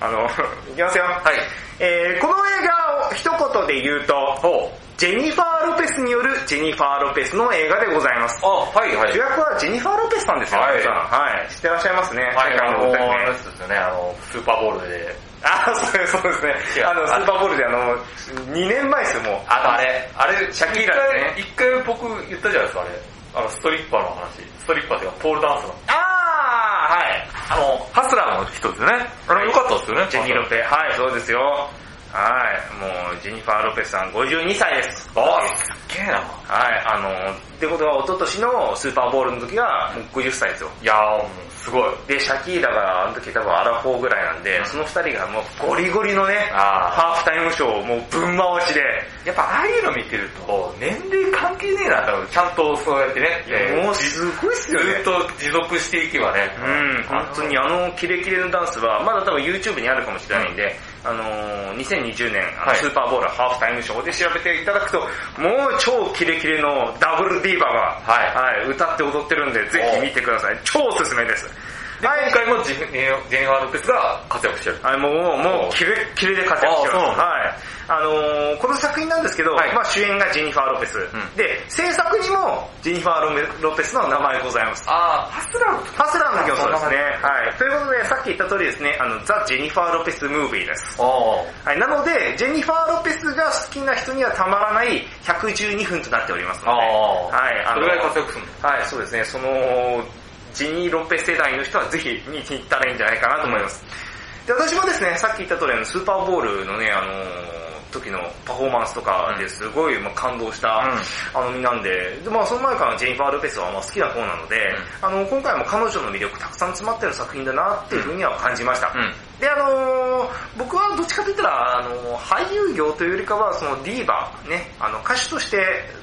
[SPEAKER 2] あの、いきますよ。
[SPEAKER 1] はい。
[SPEAKER 2] えーこの映画を一言で言うと、ジェニファー・ロペスによるジェニファー・ロペスの映画でございます。
[SPEAKER 3] あ、はいはい。
[SPEAKER 2] 主役はジェニファー・ロペスさんですよ、
[SPEAKER 3] はい
[SPEAKER 2] 皆さんはい。知ってらっしゃいますね。
[SPEAKER 3] はい、
[SPEAKER 2] 世界
[SPEAKER 3] あ
[SPEAKER 2] の
[SPEAKER 3] の、
[SPEAKER 2] 舞台ね
[SPEAKER 3] あの人ですよね、あの、スーパーボールで。
[SPEAKER 2] あ、そうですそうです
[SPEAKER 3] 違
[SPEAKER 2] ね。
[SPEAKER 3] う
[SPEAKER 2] あの、ス
[SPEAKER 3] あ
[SPEAKER 2] ーパーボールであの、2年前ですよ、もう。
[SPEAKER 3] あとあれ、あれ、シャキーラ
[SPEAKER 2] ですね
[SPEAKER 3] 一回一回僕言ったじゃないですか、あれ。あの、ストリッパーの話。ストリッパーっていうか、ポールダンスの。
[SPEAKER 2] ああはい。
[SPEAKER 3] あの、ハスラーの人ですね。あれ、良かったですよね。
[SPEAKER 2] ジェニー・ロペ、はい、そうですよ。はい、もう、ジェニファー・ロペスさん52歳です。
[SPEAKER 3] あー、すっげえな。
[SPEAKER 2] はい、あの、ってことは、一昨年のスーパーボールの時が、もう50歳ですよ。
[SPEAKER 3] いやー、もうすごい。
[SPEAKER 2] で、シャキーラが、あの時多分アラフォーぐらいなんで、その二人がもうゴリゴリのね、
[SPEAKER 3] あ
[SPEAKER 2] ハーフタイムショーをもうぶん回しで、
[SPEAKER 3] ーやっぱああいうの見てると、年齢関係ねえな、多分。ちゃんとそうやってね。えー
[SPEAKER 2] もうすごいっす
[SPEAKER 3] ず
[SPEAKER 2] よね。
[SPEAKER 3] っと持続していけばね。
[SPEAKER 2] うん、本当にあのキレキレのダンスは、まだ多分 YouTube にあるかもしれないんで、あのー、2020年、あの
[SPEAKER 3] はい
[SPEAKER 2] スーパーボールハーフタイムショーで調べていただくと、もう超キレキレのダブルディーバーが、、
[SPEAKER 3] はい
[SPEAKER 2] 歌って踊ってるんで、ぜひ見てください。超おすすめです。
[SPEAKER 3] で、今回もジェニージェニファー・ロペスが活躍してる。
[SPEAKER 2] はい、もう、もう、キレッキレで活躍して
[SPEAKER 3] あ
[SPEAKER 2] ます。
[SPEAKER 3] そうなんだ
[SPEAKER 2] はい。あのーこの作品なんですけど、
[SPEAKER 3] はい
[SPEAKER 2] まあ主演がジェニファー・ロペス。
[SPEAKER 3] ん
[SPEAKER 2] で、制作にもジェニファー・ロメロペスの名前ございます。
[SPEAKER 3] あー、ハスラーの
[SPEAKER 2] ハスラーの競争ですね。はい。ということで、さっき言った通りですね、あの、ザ・ジェニファー・ロペス・ムービーで
[SPEAKER 3] あ
[SPEAKER 2] す。はい、なので、ジェニファー・ロペスが好きな人にはたまらない112分となっておりますの
[SPEAKER 3] あ
[SPEAKER 2] で、
[SPEAKER 3] ー
[SPEAKER 2] はい、
[SPEAKER 3] そ
[SPEAKER 2] あの
[SPEAKER 3] れぐらい活躍するの
[SPEAKER 2] はい、そうですね、その、ジェニー・ロペス世代の人はぜひ見に行ったらいいんじゃないかなと思います。で、私もですね、さっき言った通り、あの、スーパーボールのね、あのー時のパフォーマンスとかですごい、まあ、感動した、あの身なんで、でまあその前からのジェニファー・ルペスはまあ好きな方なので、あの今回も彼女の魅力たくさん詰まってる作品だなっていうふうには感じました。
[SPEAKER 3] うん
[SPEAKER 2] で、あのー僕はどっちかといったら、あのー俳優業というよりかは、そのディーバー、ね、あの歌手として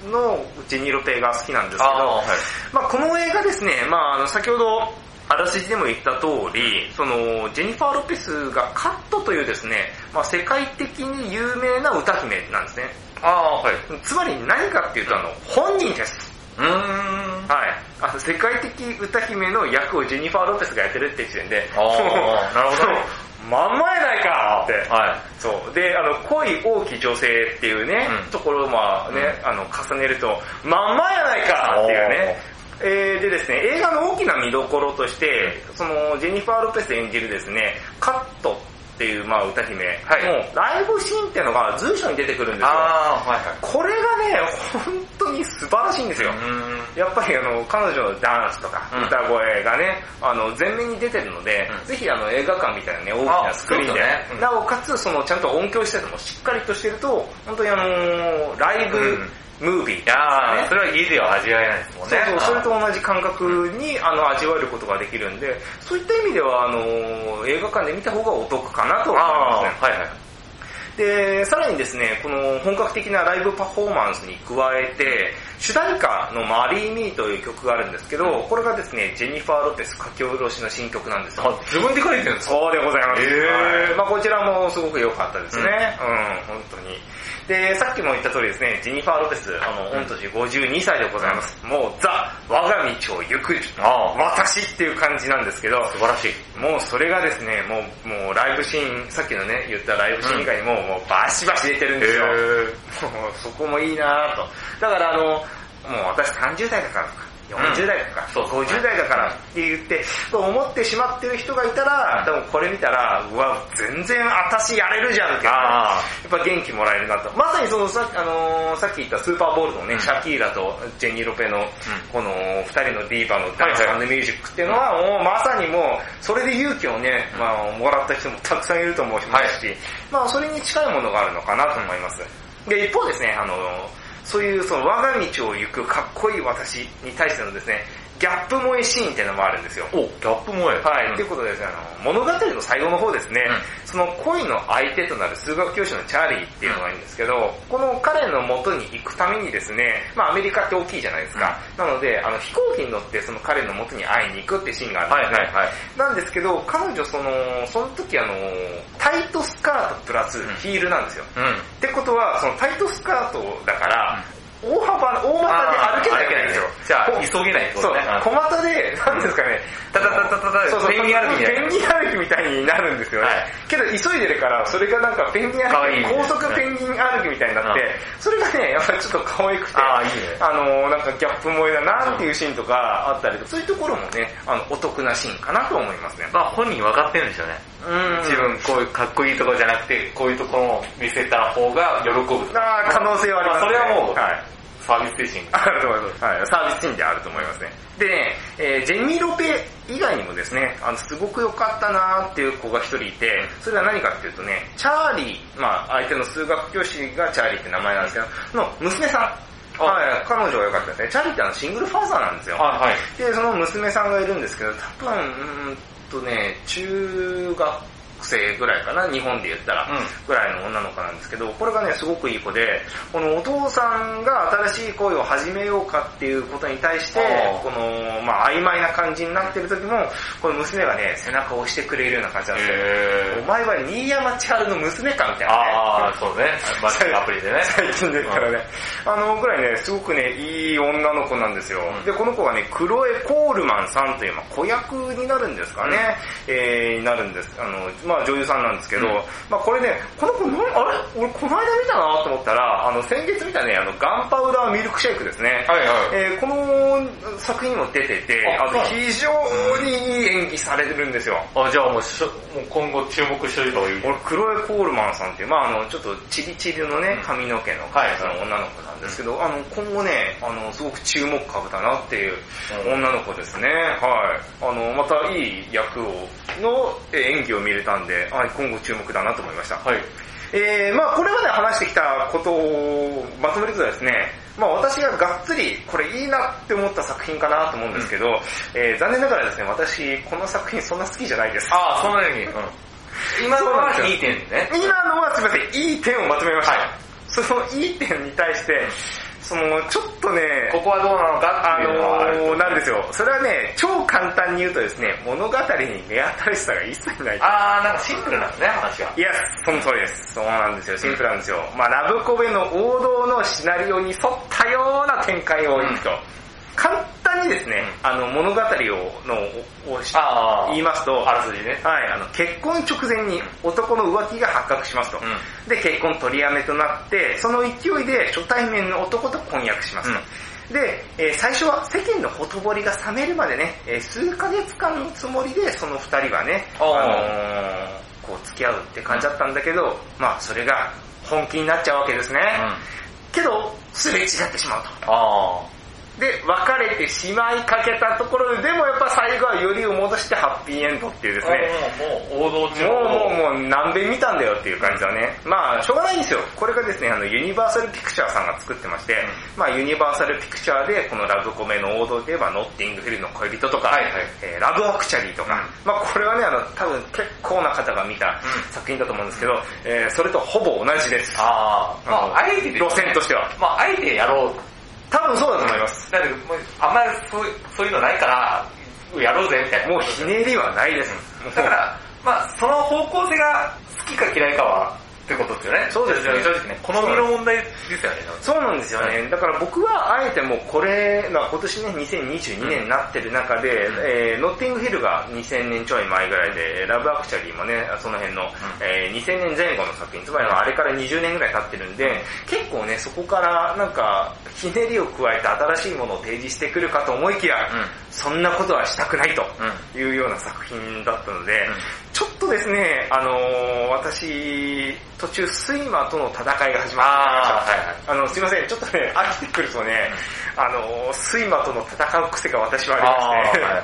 [SPEAKER 2] のジェニー・ロペが好きなんですけど、
[SPEAKER 3] あーはい
[SPEAKER 2] まあこの映画ですね、まああの先ほど、あらすじでも言った通り、その、ジェニファー・ロペスがカットというですね、まあ世界的に有名な歌姫なんですね。
[SPEAKER 3] あー、はい。
[SPEAKER 2] つまり何かっていうと、あの、本人です。
[SPEAKER 3] うーん。
[SPEAKER 2] はい。あの、世界的歌姫の役をジェニファー・ロペスがやってるって時点で、
[SPEAKER 3] あー なるほどね
[SPEAKER 2] そうまんまやないかって。
[SPEAKER 3] はい。
[SPEAKER 2] そう。で、あの、恋大きい女性っていうね、
[SPEAKER 3] うん
[SPEAKER 2] ところをまあね、あの、重ねると、まんまやないかっていうね。えーでですね、映画の大きな見どころとして、その、ジェニファー・ロペス演じるですね、カットっていう、まあ、歌姫の
[SPEAKER 3] はい
[SPEAKER 2] ライブシーンっていうのが随所に出てくるんですよ。
[SPEAKER 3] あー、はいはい。
[SPEAKER 2] これがね、本当に素晴らしいんですよ。
[SPEAKER 3] うん。
[SPEAKER 2] やっぱりあの、彼女のダンスとか
[SPEAKER 3] うん
[SPEAKER 2] 歌声がね、あの、前面に出てるので、
[SPEAKER 3] うん
[SPEAKER 2] ぜひあの、映画館みたいなね、大きな
[SPEAKER 3] あ
[SPEAKER 2] スクリーンで、
[SPEAKER 3] そうだねうん
[SPEAKER 2] なおかつその、ちゃんと音響施設もしっかりとしてると、本当にあのーライブ、ムービーって
[SPEAKER 3] いやー、
[SPEAKER 2] やつ
[SPEAKER 3] それ
[SPEAKER 2] ですね。
[SPEAKER 3] は家では味わえないですもんね。
[SPEAKER 2] そうそう、それと
[SPEAKER 3] はい
[SPEAKER 2] 同じ感覚に、あの、味わえることができるんで、そういった意味では、あのー映画館で見た方がお得かなと思いま
[SPEAKER 3] あ
[SPEAKER 2] すね
[SPEAKER 3] ー、。はいはい。
[SPEAKER 2] で、さらにですね、この本格的なライブパフォーマンスに加えて、主題歌のマリー・ミーという曲があるんですけど、これがですね、ジェニファー・ロペス書き下ろしの新曲なんですよ。
[SPEAKER 3] あ、 自分で書いてるんですか
[SPEAKER 2] そうでございます。
[SPEAKER 3] へー
[SPEAKER 2] はいまあこちらもすごく良かったですね。うん、本当に。で、さっきも言った通りですね、ジェニファー・ロペス、あの、御年52歳でございます。もう、ザ・我が道を行く、
[SPEAKER 3] ああ、
[SPEAKER 2] 私っていう感じなんですけど、
[SPEAKER 3] 素晴らしい。
[SPEAKER 2] もうそれがですね、もう、もうライブシーン、さっきのね、言ったライブシーン以外にも、うもうバシバシ出てるんですよ。もうそこもいいなぁと。だからあの、もう私30代だからとか、40代だから、
[SPEAKER 3] そうそう
[SPEAKER 2] 50代だからって言って、と思ってしまってる人がいたら、でもこれ見たら、うわ、全然私やれるじゃんって。
[SPEAKER 3] あ
[SPEAKER 2] やっぱ元気もらえるなと。まさにそのさ,、あのーさっき言ったスーパーボールのね、シャキーラとジェニー・ロペの、この二人のディーバのダンスミ
[SPEAKER 3] はいは
[SPEAKER 2] ュージックっていうのは、もうまさにもう、それで勇気をね、まあ、もらった人もたくさんいると思いますし、まあ、それに近いものがあるのかなと思います。で、一方ですね、あのーそういうその我が道を行くかっこいい私に対してのですね、ギャップ萌えシーンっていうのもあるんですよ。
[SPEAKER 3] お、ギャップ萌え。
[SPEAKER 2] はい、
[SPEAKER 3] うん
[SPEAKER 2] ということでですね、あの物語の最後の方ですね、
[SPEAKER 3] う
[SPEAKER 2] その恋の相手となる数学教師のチャーリーっていうのがいるんですけど、この彼の元に行くためにですね、まあアメリカって大きいじゃないですか。なので、あの飛行機に乗ってその彼の元に会いに行くってシーンがあ
[SPEAKER 3] はい
[SPEAKER 2] るん
[SPEAKER 3] は
[SPEAKER 2] です
[SPEAKER 3] い
[SPEAKER 2] ね。
[SPEAKER 3] はい。
[SPEAKER 2] なんですけど、彼女その、その時あの、タイトスカートプラスヒールなんですよ。
[SPEAKER 3] うん。
[SPEAKER 2] ってことは、そのタイトスカートだから、大幅な、大股で歩けなきゃいけないんですよ。
[SPEAKER 3] じゃあ、
[SPEAKER 2] こう
[SPEAKER 3] 急げないってこ
[SPEAKER 2] そう
[SPEAKER 3] とね。、
[SPEAKER 2] 小股で、なんですかね、
[SPEAKER 3] タタタタタタ
[SPEAKER 2] そうそう
[SPEAKER 3] ペンギン歩きみたいな
[SPEAKER 2] ペンギン歩きみたいになるんですよね。
[SPEAKER 3] はい
[SPEAKER 2] けど、急いでるから、それがなんかペンギン
[SPEAKER 3] 可愛
[SPEAKER 2] 歩
[SPEAKER 3] いね
[SPEAKER 2] き、高速ペンギン歩きみたいになって
[SPEAKER 3] うん、
[SPEAKER 2] それがね、やっぱりちょっと可愛くて、
[SPEAKER 3] ああ、いいね。
[SPEAKER 2] あのーなんかギャップ萌えだなっていうシーンとかあったりとか、そういうところもね、あの、お得なシーンかなと思いますね。
[SPEAKER 3] まあ本人分かってるんでしょうね。
[SPEAKER 2] うん
[SPEAKER 3] 自分こういうかっこいいとこじゃなくて、こういうところを見せた方が喜ぶ。
[SPEAKER 2] あー可能性はあり
[SPEAKER 3] まあ
[SPEAKER 2] ます、ね。
[SPEAKER 3] それはもう
[SPEAKER 2] はい。
[SPEAKER 3] サービス精神。
[SPEAKER 2] あると思います。はい、サービスシーンであると思いますね。でね、えージェニー・ロペ以外にもですね、あの、すごく良かったなーっていう子が一人いて、それは何かっていうとね、チャーリー、まあ相手の数学教師がチャーリーって名前なんですけど、の娘さん。はい、彼女が良かったですね。チャーリーってあのシングルファーザーなんですよ。
[SPEAKER 3] あ、はい。
[SPEAKER 2] で、その娘さんがいるんですけど、多分、うーんとね、中学生ぐらいかな、日本で言ったら、
[SPEAKER 3] うん
[SPEAKER 2] ぐらいの女の子なんですけど、これがね、すごくいい子で、このお父さんが新しい恋を始めようかっていうことに対して
[SPEAKER 3] あー、
[SPEAKER 2] この、まあ曖昧な感じになってる時も、この娘がね、背中を押してくれるような感じなんですよ。お
[SPEAKER 3] え
[SPEAKER 2] 前は新山千春の娘かみたい
[SPEAKER 3] ー。
[SPEAKER 2] な、ね。
[SPEAKER 3] あー、そうね。マジックアプリでね。
[SPEAKER 2] 最近ですからね。あのぐらいね、すごくね、いい女の子なんですよ。
[SPEAKER 3] うん
[SPEAKER 2] で、この子はね、クロエ・コールマンさんという、まあ、子役になるんですかね。えー、なるんです。あの、まあ女優さんなんですけど、
[SPEAKER 3] うん
[SPEAKER 2] まあこれね、この子な、あれ俺この間見たなと思ったら、あの、先月見たね、あの、ガンパウダーミルクシェイクですね。
[SPEAKER 3] はいはい。
[SPEAKER 2] えーこの作品にも出てて、
[SPEAKER 3] あ
[SPEAKER 2] あの
[SPEAKER 3] そう
[SPEAKER 2] 非常にいい演技されてるんですよ。
[SPEAKER 3] あ、じゃあもうしょ、もう今後注目しといた方がいい。
[SPEAKER 2] 俺、クロエ・コールマンさんっていう、まああの、ちょっとチリチリのね
[SPEAKER 3] うん、
[SPEAKER 2] 髪の毛の、
[SPEAKER 3] はい
[SPEAKER 2] その女の子なんですけど、あの、今後ね、あの、すごく注目株だなっていう
[SPEAKER 3] うん
[SPEAKER 2] 女の子ですね。はい。あの、またいい役を、のえー演技を見れたんで、はい、今後注目だなと思いました。
[SPEAKER 3] はい。
[SPEAKER 2] えー、まあこれまで話してきたことをまとめるとですね、まあ私ががっつりこれいいなって思った作品かなと思うんですけど、えー、残念ながらですね、私、この作品そんな好きじゃないです。
[SPEAKER 3] あー、そんなに。うん。今の
[SPEAKER 2] そうなんです
[SPEAKER 3] は
[SPEAKER 2] よ
[SPEAKER 3] いい点ね。
[SPEAKER 2] 今のはすみません、いい点をまとめました。
[SPEAKER 3] はい
[SPEAKER 2] そのいい点に対して、そのちょっとね、
[SPEAKER 3] ここはどうなのか
[SPEAKER 2] あ
[SPEAKER 3] っていうのはある
[SPEAKER 2] のー、なんですよ。それはね、超簡単に言うとですね、物語に目新しさが一切ない。
[SPEAKER 3] あー、なんかシンプルなんですね、話が。
[SPEAKER 2] いや、その通りです。そうなんですよ。シンプルなんですよ。まあラブコメの王道のシナリオに沿ったような展開をいくと。簡単にですね、あの、物語を、の、をし
[SPEAKER 3] あー。
[SPEAKER 2] 言いますと、
[SPEAKER 3] あらすじね。
[SPEAKER 2] はい、あの結婚直前に男の浮気が発覚しますと、
[SPEAKER 3] う
[SPEAKER 2] で結婚取りやめとなってその勢いで初対面の男と婚約しますと、で、えー最初は世間のほとぼりが冷めるまでね、えー数ヶ月間のつもりでその二人はね、あ
[SPEAKER 3] あー
[SPEAKER 2] のーこう付き合うって感じだったんだけど、まあそれが本気になっちゃうわけですね、
[SPEAKER 3] うん。
[SPEAKER 2] けどすれ違ってしまうと
[SPEAKER 3] あー。
[SPEAKER 2] で、別れてしまいかけたところで、でもやっぱ最後はよりを戻してハッピーエンドっていうですね、
[SPEAKER 3] もう、もう、王道中
[SPEAKER 2] も
[SPEAKER 3] う、
[SPEAKER 2] うもうもう何遍見たんだよっていう感じだね。まあ、しょうがないんですよ。これがですね、あの、ユニバーサルピクチャーさんが作ってまして、まあ、ユニバーサルピクチャーで、このラブコメの王道で言えば、ノッティングフィルの恋人とか、
[SPEAKER 3] はいはい
[SPEAKER 2] えーラブアクチャリーとか、まあ、これはね、あの、多分結構な方が見た
[SPEAKER 3] う
[SPEAKER 2] 作品だと思うんですけど、えーそれとほぼ同じです。
[SPEAKER 3] あー。まあ、あえてですね
[SPEAKER 2] 路線としては。
[SPEAKER 3] まあ、あえてやろう。
[SPEAKER 2] 多分そうだと思います。
[SPEAKER 3] だけど、もうあんまりそうそういうのないから、やろうぜ、みたいな。
[SPEAKER 2] もうひねりはないです。
[SPEAKER 3] だから、まあ、その方向性が好きか嫌いかは、ってことですよね。
[SPEAKER 2] そうですね
[SPEAKER 3] 正直ね、好みの問題ですよね。
[SPEAKER 2] そうなんですよね、だから僕はあえてもうこれ、まあ、今年ね、2022年になってる中で、えーノッティングヒルが2000年ちょい前ぐらいで、ラブアクチャリーもね、その辺の、えー2000年前後の作品、つまりあれから20年ぐらい経ってるんで、結構ね、そこからなんか、ひねりを加えて新しいものを提示してくるかと思いきや、そんなことはしたくないと。いうような作品だったので、
[SPEAKER 3] ん
[SPEAKER 2] ちょっとですね、あのー私、途中、スイマーとの戦いが始まってしまいました。
[SPEAKER 3] あーはいはい
[SPEAKER 2] あの、すいません、ちょっとね、飽きてくるとね、あの、睡魔との戦う癖が私はありまして、
[SPEAKER 3] あーはい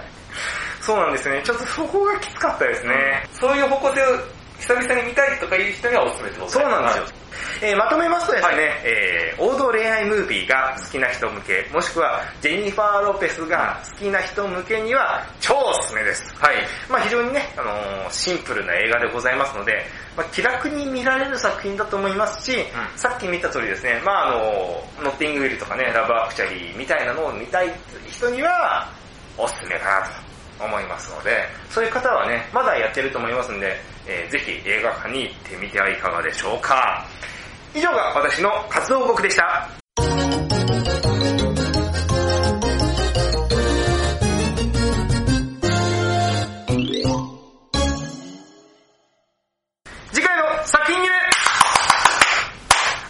[SPEAKER 2] そうなんですね、ちょっとそこがきつかったですね。
[SPEAKER 3] そういう方向性を久々に見たいとかいう人にはおすすめってこと
[SPEAKER 2] そうなんですよ
[SPEAKER 3] はい。
[SPEAKER 2] えーまとめますとですね、
[SPEAKER 3] はい
[SPEAKER 2] えー王道恋愛ムービーが好きな人向け、もしくはジェニファー・ロペスが好きな人向けには超おすすめです。
[SPEAKER 3] はい。
[SPEAKER 2] まあ非常にね、あのーシンプルな映画でございますので、まあ、気楽に見られる作品だと思いますし、
[SPEAKER 3] ん
[SPEAKER 2] さっき見た通りですね、まああのーノッティングウィルとかね、ラブアクチャリーみたいなのを見たい人には、おすすめかなと思いますので、そういう方はね、まだやってると思いますんで、えーぜひ映画館に行ってみてはいかがでしょうか。以上が私の活動報告でした。次回の作品に目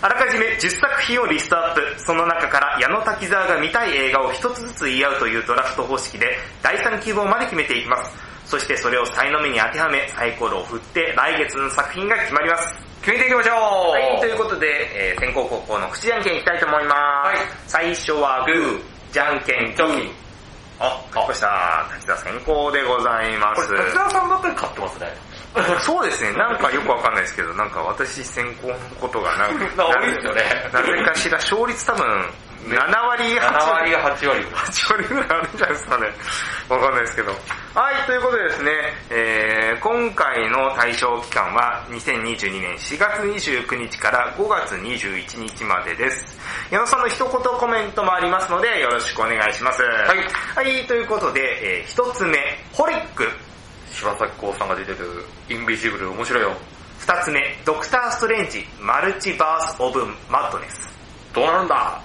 [SPEAKER 2] あらかじめ10作品をリストアップ、その中から矢野滝沢が見たい映画を一つずつ言い合うというドラフト方式で、第3希望まで決めていきます。そしてそれを才の目に当てはめ、サイコロを振って来月の作品が決まります。
[SPEAKER 1] 決めていきましょう。
[SPEAKER 2] はい、ということで、えー、先行高校の口じゃんけんいきたいと思います。最初はグー、じゃんけん、チョキ。あ、勝ちました。滝沢先行でございま
[SPEAKER 3] こ
[SPEAKER 2] す
[SPEAKER 3] れ、。滝沢さんだったら買ってますね。
[SPEAKER 2] そうですね、なんかよくわかんないですけど、なんか私先行のことがな んか、
[SPEAKER 3] なんか多いですよね
[SPEAKER 2] なぜかしら勝 率多分、7割、8
[SPEAKER 3] 7割
[SPEAKER 2] 割、
[SPEAKER 3] が8割。
[SPEAKER 2] 8割ぐらいあるんじゃないですかね。わかんないですけど。はい、ということでですね、えー、今回の対象期間は2022年4月29日から5月21日までです。矢野さんの一言コメントもありますので、よろしくお願いします。はいはい、ということで、えー、一つ目、ホリック。
[SPEAKER 3] 柴咲コウさんが出てる、インビジブル面白いよ。
[SPEAKER 2] 二つ目、ドクター・ストレンジ、マルチバース・オブ・マッドネス。
[SPEAKER 3] どうなるんだ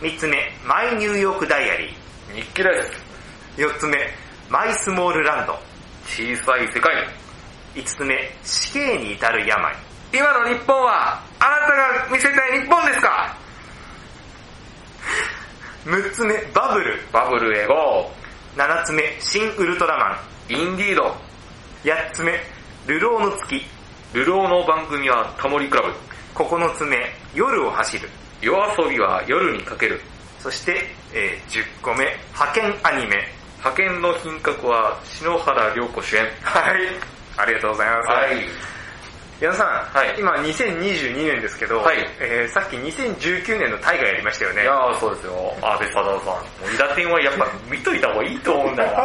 [SPEAKER 2] 三つ目、マイ・ニューヨーク・ダイアリー。
[SPEAKER 3] 日記です。
[SPEAKER 2] 四つ目、マイ・スモールランド。
[SPEAKER 3] 小さい世界。
[SPEAKER 2] 五つ目、死刑に至る病。
[SPEAKER 1] 今の日本は、あなたが見せたい日本ですか
[SPEAKER 2] 六つ目、バブル。
[SPEAKER 3] バブルエゴ。
[SPEAKER 2] 七つ目、シン・ウルトラマン。
[SPEAKER 3] インディード。
[SPEAKER 2] 八つ目、流浪の月。
[SPEAKER 3] 流浪の番組はタモリクラブ。
[SPEAKER 2] 九つ目、夜を走る。
[SPEAKER 3] 夜遊びは夜にかける。
[SPEAKER 2] そして、えー、十個目、派遣アニメ。
[SPEAKER 3] 派遣の品格は篠原涼子主演。
[SPEAKER 2] はい。ありがとうございます。
[SPEAKER 3] はい。
[SPEAKER 2] 矢野さん、
[SPEAKER 3] はい
[SPEAKER 2] 今2022年ですけど、
[SPEAKER 3] はい
[SPEAKER 2] えーさっき2019年の大河やりましたよね
[SPEAKER 3] い。やーそうですよ。安倍貞夫さん。もうイダテンはやっぱ見といた方がいいと思うんだよな。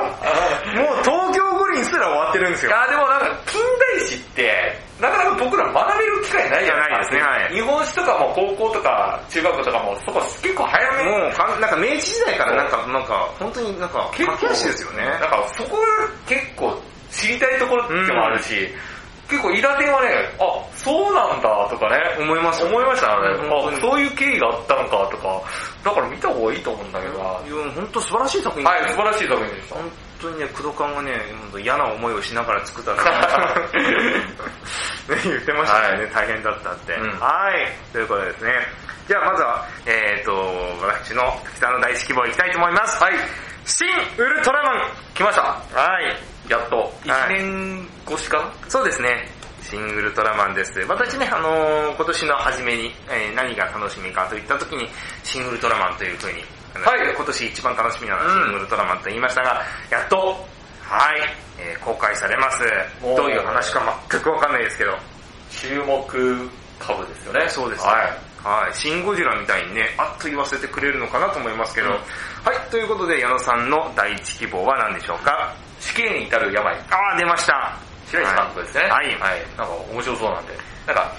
[SPEAKER 2] もう東京五輪すら終わってるんです
[SPEAKER 3] い
[SPEAKER 2] よ。
[SPEAKER 3] やーでもなんか近代史って、なかなか僕ら学べる機会ないじゃないですか。
[SPEAKER 2] いやないですねは
[SPEAKER 3] 日
[SPEAKER 2] い
[SPEAKER 3] 本史とかも高校とか中学とかもそこ結構早めに
[SPEAKER 2] もうかん、なんか明治時代からなんか、なんか、本当になんか、
[SPEAKER 3] 結構
[SPEAKER 2] 駆け足ですよね。
[SPEAKER 3] なんかそこが結構知りたいところでもあるし、結構イラテンはね、あ、そうなんだとかね、
[SPEAKER 2] 思います
[SPEAKER 3] 思いましたね。
[SPEAKER 2] うん本当
[SPEAKER 3] あ、
[SPEAKER 2] に
[SPEAKER 3] そういう経緯があったのかとか、だから見た方がいいと思うんだけどな。はい
[SPEAKER 2] いや、本当素晴らしい作品
[SPEAKER 3] い、素晴らしい作品でした。
[SPEAKER 2] 本当にね、工藤館がね、本当嫌な思いをしながら 作ったのね、言ってましたよね、
[SPEAKER 3] は
[SPEAKER 2] 大変だったって。
[SPEAKER 3] うん
[SPEAKER 2] はい。ということでですね。じゃあまずは、えっ、ー、と、私の滝沢の大式望いきたいと思います。はい。新ウルトラマン
[SPEAKER 3] 来ました。
[SPEAKER 2] はい。
[SPEAKER 3] やっと。
[SPEAKER 2] は
[SPEAKER 3] 1
[SPEAKER 2] い
[SPEAKER 3] 年越しかな
[SPEAKER 2] そうですね。シングルトラマンです。私ね、あのー今年の初めに、えー何が楽しみかといった時に、シングルトラマンという風に、あの
[SPEAKER 3] はい
[SPEAKER 2] 今年一番楽しみなのは
[SPEAKER 3] うん
[SPEAKER 2] シングルトラマンと言いましたが、やっと、はい、えー公開されます。
[SPEAKER 3] おー
[SPEAKER 2] どういう話か全くわかんないですけど、
[SPEAKER 3] 注目株ですよね。
[SPEAKER 2] そうですね
[SPEAKER 3] はい。
[SPEAKER 2] はい、シンゴジラみたいにね、あっと言わせてくれるのかなと思いますけど、
[SPEAKER 3] うん
[SPEAKER 2] はい、ということで矢野さんの第一希望は何でしょうか
[SPEAKER 3] 死刑に至る病。
[SPEAKER 2] あー、出ました。
[SPEAKER 3] 白石監督ですね。
[SPEAKER 2] はい
[SPEAKER 3] はい。なんか面白そうなんで。なんか、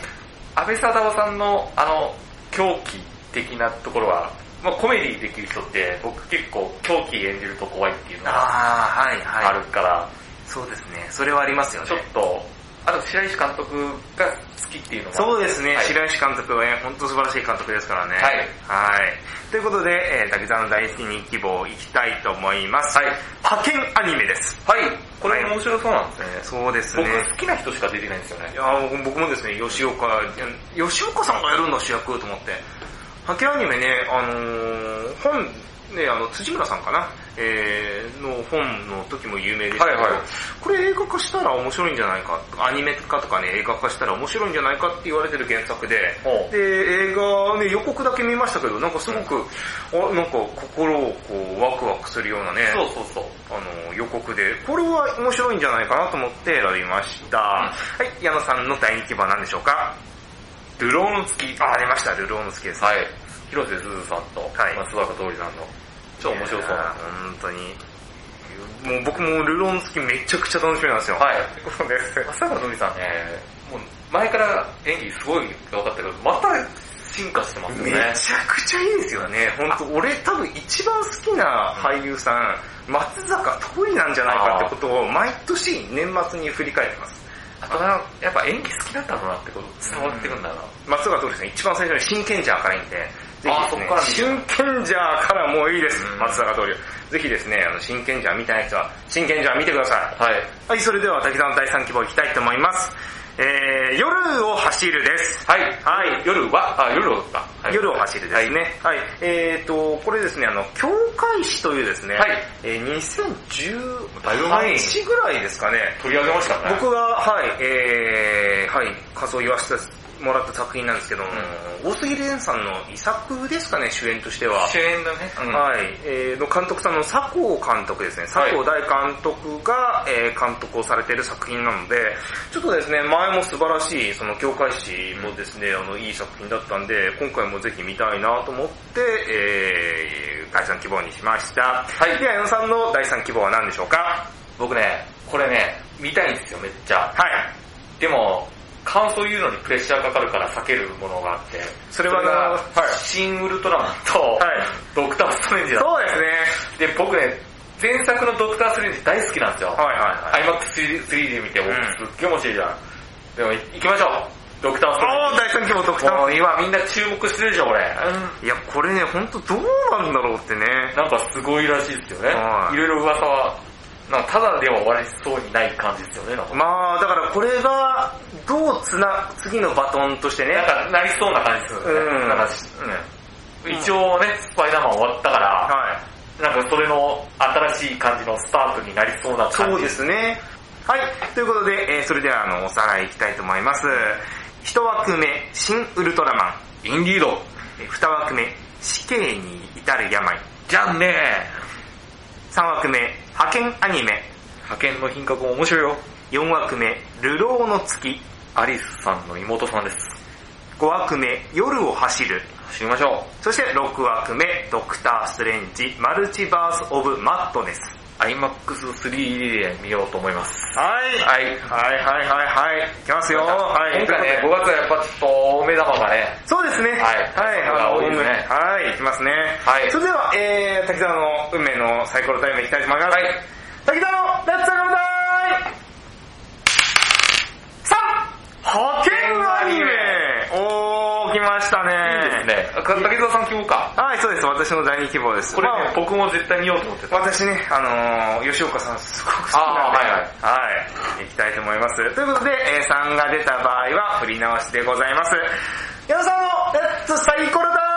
[SPEAKER 3] 安倍貞夫さんのあの、狂気的なところは、まあコメディできる人って僕結構狂気演じると怖いっていうのが
[SPEAKER 2] あー、はい、はい。
[SPEAKER 3] あるから、
[SPEAKER 2] そうですね。それはありますよね
[SPEAKER 3] ちょっ。と、あと白石監督が好きっていうのが。
[SPEAKER 2] そうですね、
[SPEAKER 3] はい
[SPEAKER 2] 白石監督はね、本当素晴らしい監督ですからね。
[SPEAKER 3] はい
[SPEAKER 2] はい。ということで、えー、滝沢の第一人希望いきたいと思います。
[SPEAKER 3] はい
[SPEAKER 2] 派遣アニメです。
[SPEAKER 3] はい。これ面白そうなんですね。
[SPEAKER 2] そうですね。
[SPEAKER 3] 僕好きな人しか出てないんですよね
[SPEAKER 2] い。やー僕もですね、吉岡、吉岡さんがやるんだ主役と思って、ハケアニメね、あのー本、ね、あの、辻村さんかな、えー、の本の時も有名でしたけど、
[SPEAKER 3] はいはい
[SPEAKER 2] これ映画化したら面白いんじゃないか、アニメ化とかね、映画化したら面白いんじゃないかって言われてる原作で、
[SPEAKER 3] ほう
[SPEAKER 2] で、映画ね、予告だけ見ましたけど、なんかすごく、あなんか心をこう、ワクワクするようなね、
[SPEAKER 3] そうそうそう。
[SPEAKER 2] あの予告で、これは面白いんじゃないかなと思って選びました。はい、矢野さんの第2希望は何でしょうかルローの月。あ、出ました、ルローの月です。
[SPEAKER 3] はい。広瀬すずさんと、
[SPEAKER 2] はい
[SPEAKER 3] 松坂桃李さんの、ちょっと面白そう
[SPEAKER 2] いや
[SPEAKER 3] な。
[SPEAKER 2] ー本当に。もう僕もルローの月めちゃくちゃ楽しみなんですよ。
[SPEAKER 3] はい。
[SPEAKER 2] そうです。
[SPEAKER 3] 松坂桃李さんね、もう前から演技すごい良かったけど、また進化してますよ
[SPEAKER 2] め
[SPEAKER 3] ね。
[SPEAKER 2] ちゃくちゃいいんですよね。本当俺多分一番好きな俳優さん、松坂桃李なんじゃないかってことを毎年年末に振り返ってます。
[SPEAKER 3] あとな、やっぱ演技好きだったんだなってこと伝わってくるんだな。
[SPEAKER 2] 松坂桃李さん一番最初に真剣じゃ赤いんで、ぜ
[SPEAKER 3] あ
[SPEAKER 2] ひ
[SPEAKER 3] そっ
[SPEAKER 2] で
[SPEAKER 3] から見
[SPEAKER 2] す
[SPEAKER 3] る
[SPEAKER 2] ね、真剣じゃからもういいです
[SPEAKER 3] う、ん
[SPEAKER 2] 松坂桃李。ぜひですね、あの、真剣じゃ見たい人は、真剣じゃ見てくださ
[SPEAKER 3] はい。
[SPEAKER 2] い。はい、それでは滝沢の第3希望いきたいと思います。えー、夜を走るです。
[SPEAKER 3] はい。
[SPEAKER 2] はい
[SPEAKER 3] 夜は、あ、夜をか。はい
[SPEAKER 2] 夜を走るですね。はい。えーと、これですね、あの、教会誌というですね、
[SPEAKER 3] はい
[SPEAKER 2] えー、2018
[SPEAKER 3] だいぶ前に
[SPEAKER 2] ぐらいですかね、
[SPEAKER 3] 取り上げましたね。
[SPEAKER 2] 僕が、はい、えー、はい、仮想言わせてもらった作品なんですけども、大杉蓮さんの遺作ですかね、主演としては。
[SPEAKER 3] 主演だね。うん
[SPEAKER 2] はい、えーの監督さんの佐藤監督ですね。佐藤大監督が、えー監督をされている作品なので、ちょっとですね、前も素晴らしい、その、教会誌もですね、あの、いい作品だったんで、今回もぜひ見たいなと思って、えー、解散希望にしました。はい。では、矢野さんの第3希望は何でしょうか
[SPEAKER 3] 僕ね、これね、見たいんですよ、めっちゃ。
[SPEAKER 2] はい。
[SPEAKER 3] でも、感想言うのにプレッシャーかかるから避けるものがあって。
[SPEAKER 2] それはな
[SPEAKER 3] それが
[SPEAKER 2] はい
[SPEAKER 3] 新ウルトラマンと、
[SPEAKER 2] はい
[SPEAKER 3] ドクターストレンジだった
[SPEAKER 2] そうですね。
[SPEAKER 3] で、僕ね、前作のドクターストレンジ大好きなんですよ。
[SPEAKER 2] はいはいはい。
[SPEAKER 3] IMAX3D で見て、僕
[SPEAKER 2] う
[SPEAKER 3] すっげえ面白いじゃん。でも、い行きましょう。ドクターストレ
[SPEAKER 2] お
[SPEAKER 3] ン
[SPEAKER 2] ー、第3希望特
[SPEAKER 3] ジ。も
[SPEAKER 2] 段。
[SPEAKER 3] う今みんな注目してるでしょ、これ。
[SPEAKER 2] いや、これね、ほんとどうなんだろうってね。
[SPEAKER 3] なんかすごいらしいですよね。
[SPEAKER 2] はい
[SPEAKER 3] いろいろ噂は、なんかただでは終わりそうにない感じですよね、なんか。
[SPEAKER 2] まあ、だからこれが、どうつな、次のバトンとしてね
[SPEAKER 3] なん、かなりそうな感じするよね。
[SPEAKER 2] うん
[SPEAKER 3] なんかしうん一応ね、スパイダーマン終わったから、
[SPEAKER 2] はい。
[SPEAKER 3] なんかそれの新しい感じのスタートになりそうな感じ。
[SPEAKER 2] そうですね。はい。ということで、えーそれでは、あの、おさらいいきたいと思います。一枠目、新ウルトラマン。
[SPEAKER 3] インディード。
[SPEAKER 2] えー二枠目、死刑に至る病。
[SPEAKER 3] じゃんね
[SPEAKER 2] 三枠目、派遣アニメ。
[SPEAKER 3] 派遣の品格も面白いよ。
[SPEAKER 2] 四枠目、流浪の月。
[SPEAKER 3] アリスさんの妹さんです。
[SPEAKER 2] 五枠目、夜を走る。
[SPEAKER 3] 走りましょう。
[SPEAKER 2] そして六枠目、ドクター・ストレンジ、マルチバース・オブ・マットネス。
[SPEAKER 3] IMAX3D で見ようと思います。
[SPEAKER 2] はい
[SPEAKER 3] はい。
[SPEAKER 2] はいはいはいはい。いきますよ。はい。
[SPEAKER 3] 今回ね、5月はやっぱちょっと、目玉がね、
[SPEAKER 2] そうですね。はい
[SPEAKER 3] はい
[SPEAKER 2] はい、
[SPEAKER 3] 多いですね
[SPEAKER 2] はい、いきますね。
[SPEAKER 3] はい
[SPEAKER 2] それでは、えー、滝沢の運命のサイコロタイムいきたいと思います。
[SPEAKER 3] はい
[SPEAKER 2] 滝沢のレッツサイコロタイムさあ派遣アニメおー、来ましたね。
[SPEAKER 3] いいですね。あ竹澤さん希望か。
[SPEAKER 2] はい、そうです。私の第二希望です。
[SPEAKER 3] これ
[SPEAKER 2] ま
[SPEAKER 3] ね
[SPEAKER 2] あ、
[SPEAKER 3] 僕も絶対見ようと思ってた。
[SPEAKER 2] 私ね、あのー、吉岡さんすごく好きなんで、
[SPEAKER 3] あーはい
[SPEAKER 2] はい、行きたいと思います。ということで、えー、3が出た場合は振り直しでございます。矢野さんのレッツサイコロタ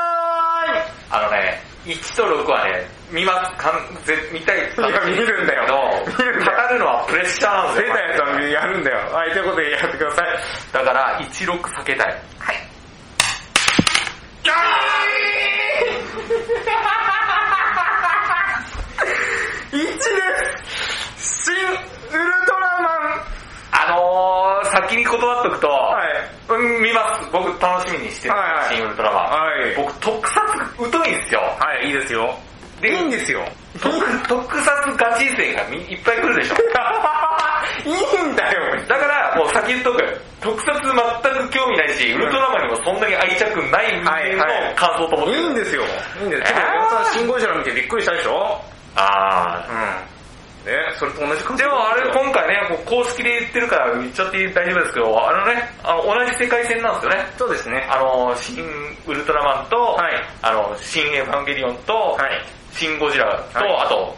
[SPEAKER 3] あのね、1と6はね、見ます、かんぜ見たいって
[SPEAKER 2] イムいや、見るんだよ。見
[SPEAKER 3] けど
[SPEAKER 2] るんだよ。
[SPEAKER 3] 語るのはプレッシャーなん
[SPEAKER 2] 出
[SPEAKER 3] で
[SPEAKER 2] た
[SPEAKER 3] すよ。
[SPEAKER 2] やつはやるんだよ。はい、ということでやってください。
[SPEAKER 3] だから、16避けたい。
[SPEAKER 2] はい。1です新ウルトラマン
[SPEAKER 3] あのー、先に断っとくと、
[SPEAKER 2] はい。
[SPEAKER 3] うん、見ます。僕楽しみにしてる、
[SPEAKER 2] はいはい
[SPEAKER 3] シン・ウルトラマン。
[SPEAKER 2] はい
[SPEAKER 3] 僕、特撮疎いんですよ。
[SPEAKER 2] はい、いいですよ。
[SPEAKER 3] で
[SPEAKER 2] いいんですよ。
[SPEAKER 3] 特特撮ガチ勢がみいっぱい来る でしょ。
[SPEAKER 2] いいんだよ。
[SPEAKER 3] だから、もう先言っとく。特撮全く興味ないし、ウルトラマンにもそんなに愛着ない人間の感想と思って
[SPEAKER 2] い
[SPEAKER 3] る。
[SPEAKER 2] いんですよ。いいんです
[SPEAKER 3] えー
[SPEAKER 2] 山本さん、新ゴジラ見てびっくりしたでしょ
[SPEAKER 3] あ
[SPEAKER 2] うん。ね、それと同じ感
[SPEAKER 3] ーでもあれ、今回ね、もう公式で言ってるから言っちゃって大丈夫ですけど、あのね、あの同じ世界線なんですよね。
[SPEAKER 2] そうですね。
[SPEAKER 3] あの、新ウルトラマンと、
[SPEAKER 2] はい
[SPEAKER 3] あの、新エヴァンゲリオンと、
[SPEAKER 2] はい。
[SPEAKER 3] 新ゴジラと、
[SPEAKER 2] はい
[SPEAKER 3] あと、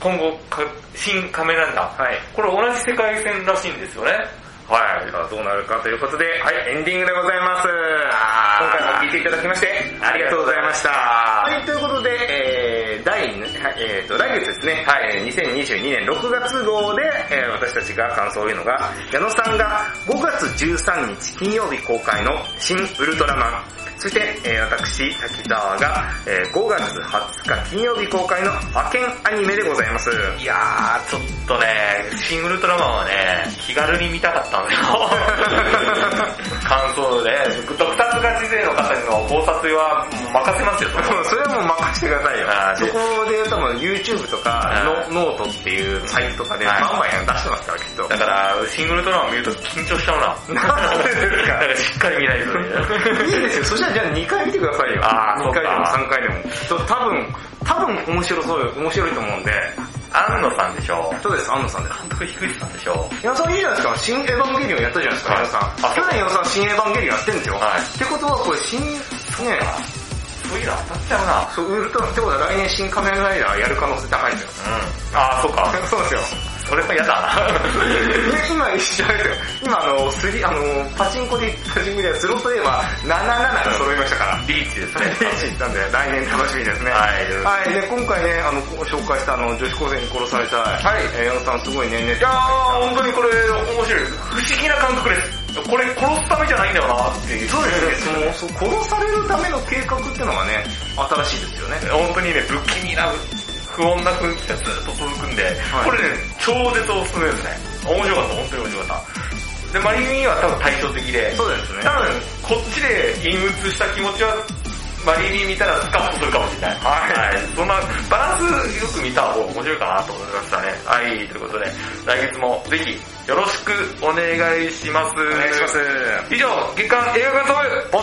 [SPEAKER 3] 今後か、新仮面ライダー。
[SPEAKER 2] はい。
[SPEAKER 3] これ同じ世界線らしいんですよね。
[SPEAKER 4] はい。
[SPEAKER 2] さあどうなるかということで、はい、エンディングでございます。今回も聞いていただきまして、ありがとうございました。はい、ということで、えー、第、はいえー、と、来月ですね、はい、えー2022年6月号で、えー私たちが感想を言うのが、矢野さんが5月13日金曜日公開の新ウルトラマン、そして、えー私、滝沢が、えー5月20日金曜日公開の派遣アニメでございます。
[SPEAKER 3] いやー、ちょっとね、シン・ウルトラマンはね、気軽に見た かったんですよ。感想で、特撮が知勢の方の考察は任せますよ。
[SPEAKER 2] うんそれはもう任せてくださいよ
[SPEAKER 3] あ。ー
[SPEAKER 2] そ
[SPEAKER 3] で
[SPEAKER 2] こで多分 YouTube とか
[SPEAKER 3] あ
[SPEAKER 2] のノートっていうサイトとかで
[SPEAKER 3] は
[SPEAKER 2] バ
[SPEAKER 3] い
[SPEAKER 2] ンバン出してますからきっと。
[SPEAKER 3] だから、シン・グルトラマン見ると緊張しちゃうな。
[SPEAKER 2] なんでです
[SPEAKER 3] だ
[SPEAKER 2] か
[SPEAKER 3] からしっかり見ないとね。
[SPEAKER 2] いいですよ。そしたらじゃあ2回見てくださいよ。
[SPEAKER 3] あー
[SPEAKER 2] 2回でも
[SPEAKER 3] そ
[SPEAKER 2] 3回でも。きっと多分、多分面白そうよ。面白いと思うんで。
[SPEAKER 3] 安野さんでしょ。
[SPEAKER 2] そうです、安野さんです。
[SPEAKER 3] 監督樋口さんでしょ。
[SPEAKER 2] 矢野さんいいじゃないですか。新エヴァンゲリオンやったじゃないですか、
[SPEAKER 3] はい
[SPEAKER 2] 矢野さ
[SPEAKER 3] あ
[SPEAKER 2] ん。去年矢野さん新エヴァンゲリオンやってるんですよ。
[SPEAKER 3] はい
[SPEAKER 2] ってことはこれ新、ね、
[SPEAKER 3] そういうの当たっちゃうな。
[SPEAKER 2] そう、ウルトラってことは来年新仮面ライダーやる可能性高いんですよ。
[SPEAKER 3] うん。あー、そうか。
[SPEAKER 2] そうですよ。
[SPEAKER 3] それは嫌だ
[SPEAKER 2] で 今一緒ですよ。今あの、スリ、あの、パチンコで、パチンコで、スロットで言えば、77が揃いましたから。
[SPEAKER 3] な。リーチですね。
[SPEAKER 2] なんで、来年楽しみですね。
[SPEAKER 3] はい
[SPEAKER 2] はい。で、今回ね、あの、こう紹介したあの、女子高生に殺された、はい。えー、矢野さんすごいね、ね。
[SPEAKER 4] いやー、本当にこれ面白いです。不思議な感覚です。これ殺すためじゃないんだよなっていう。
[SPEAKER 2] そうですね、その、そう殺されるための計画っていうのがね、新しいですよね。
[SPEAKER 3] 本当にね、不気味な、不穏な空気がずっと続くんで、
[SPEAKER 2] はい
[SPEAKER 3] これね、超絶おすすめですね。面白かった、本当に面白かった。で、マリミンは多分対照的で、
[SPEAKER 2] そうですね。
[SPEAKER 3] 多分こっちで陰鬱した気持ちは、マリミン見たらスカッとするかもしれない。はい。そんな、バランスよく見た方が面白いかなと思いましたね。はい、ということで、来月もぜひよろしくお願いします。お
[SPEAKER 2] お願いします。
[SPEAKER 3] 以上、月刊映画館トム、ポ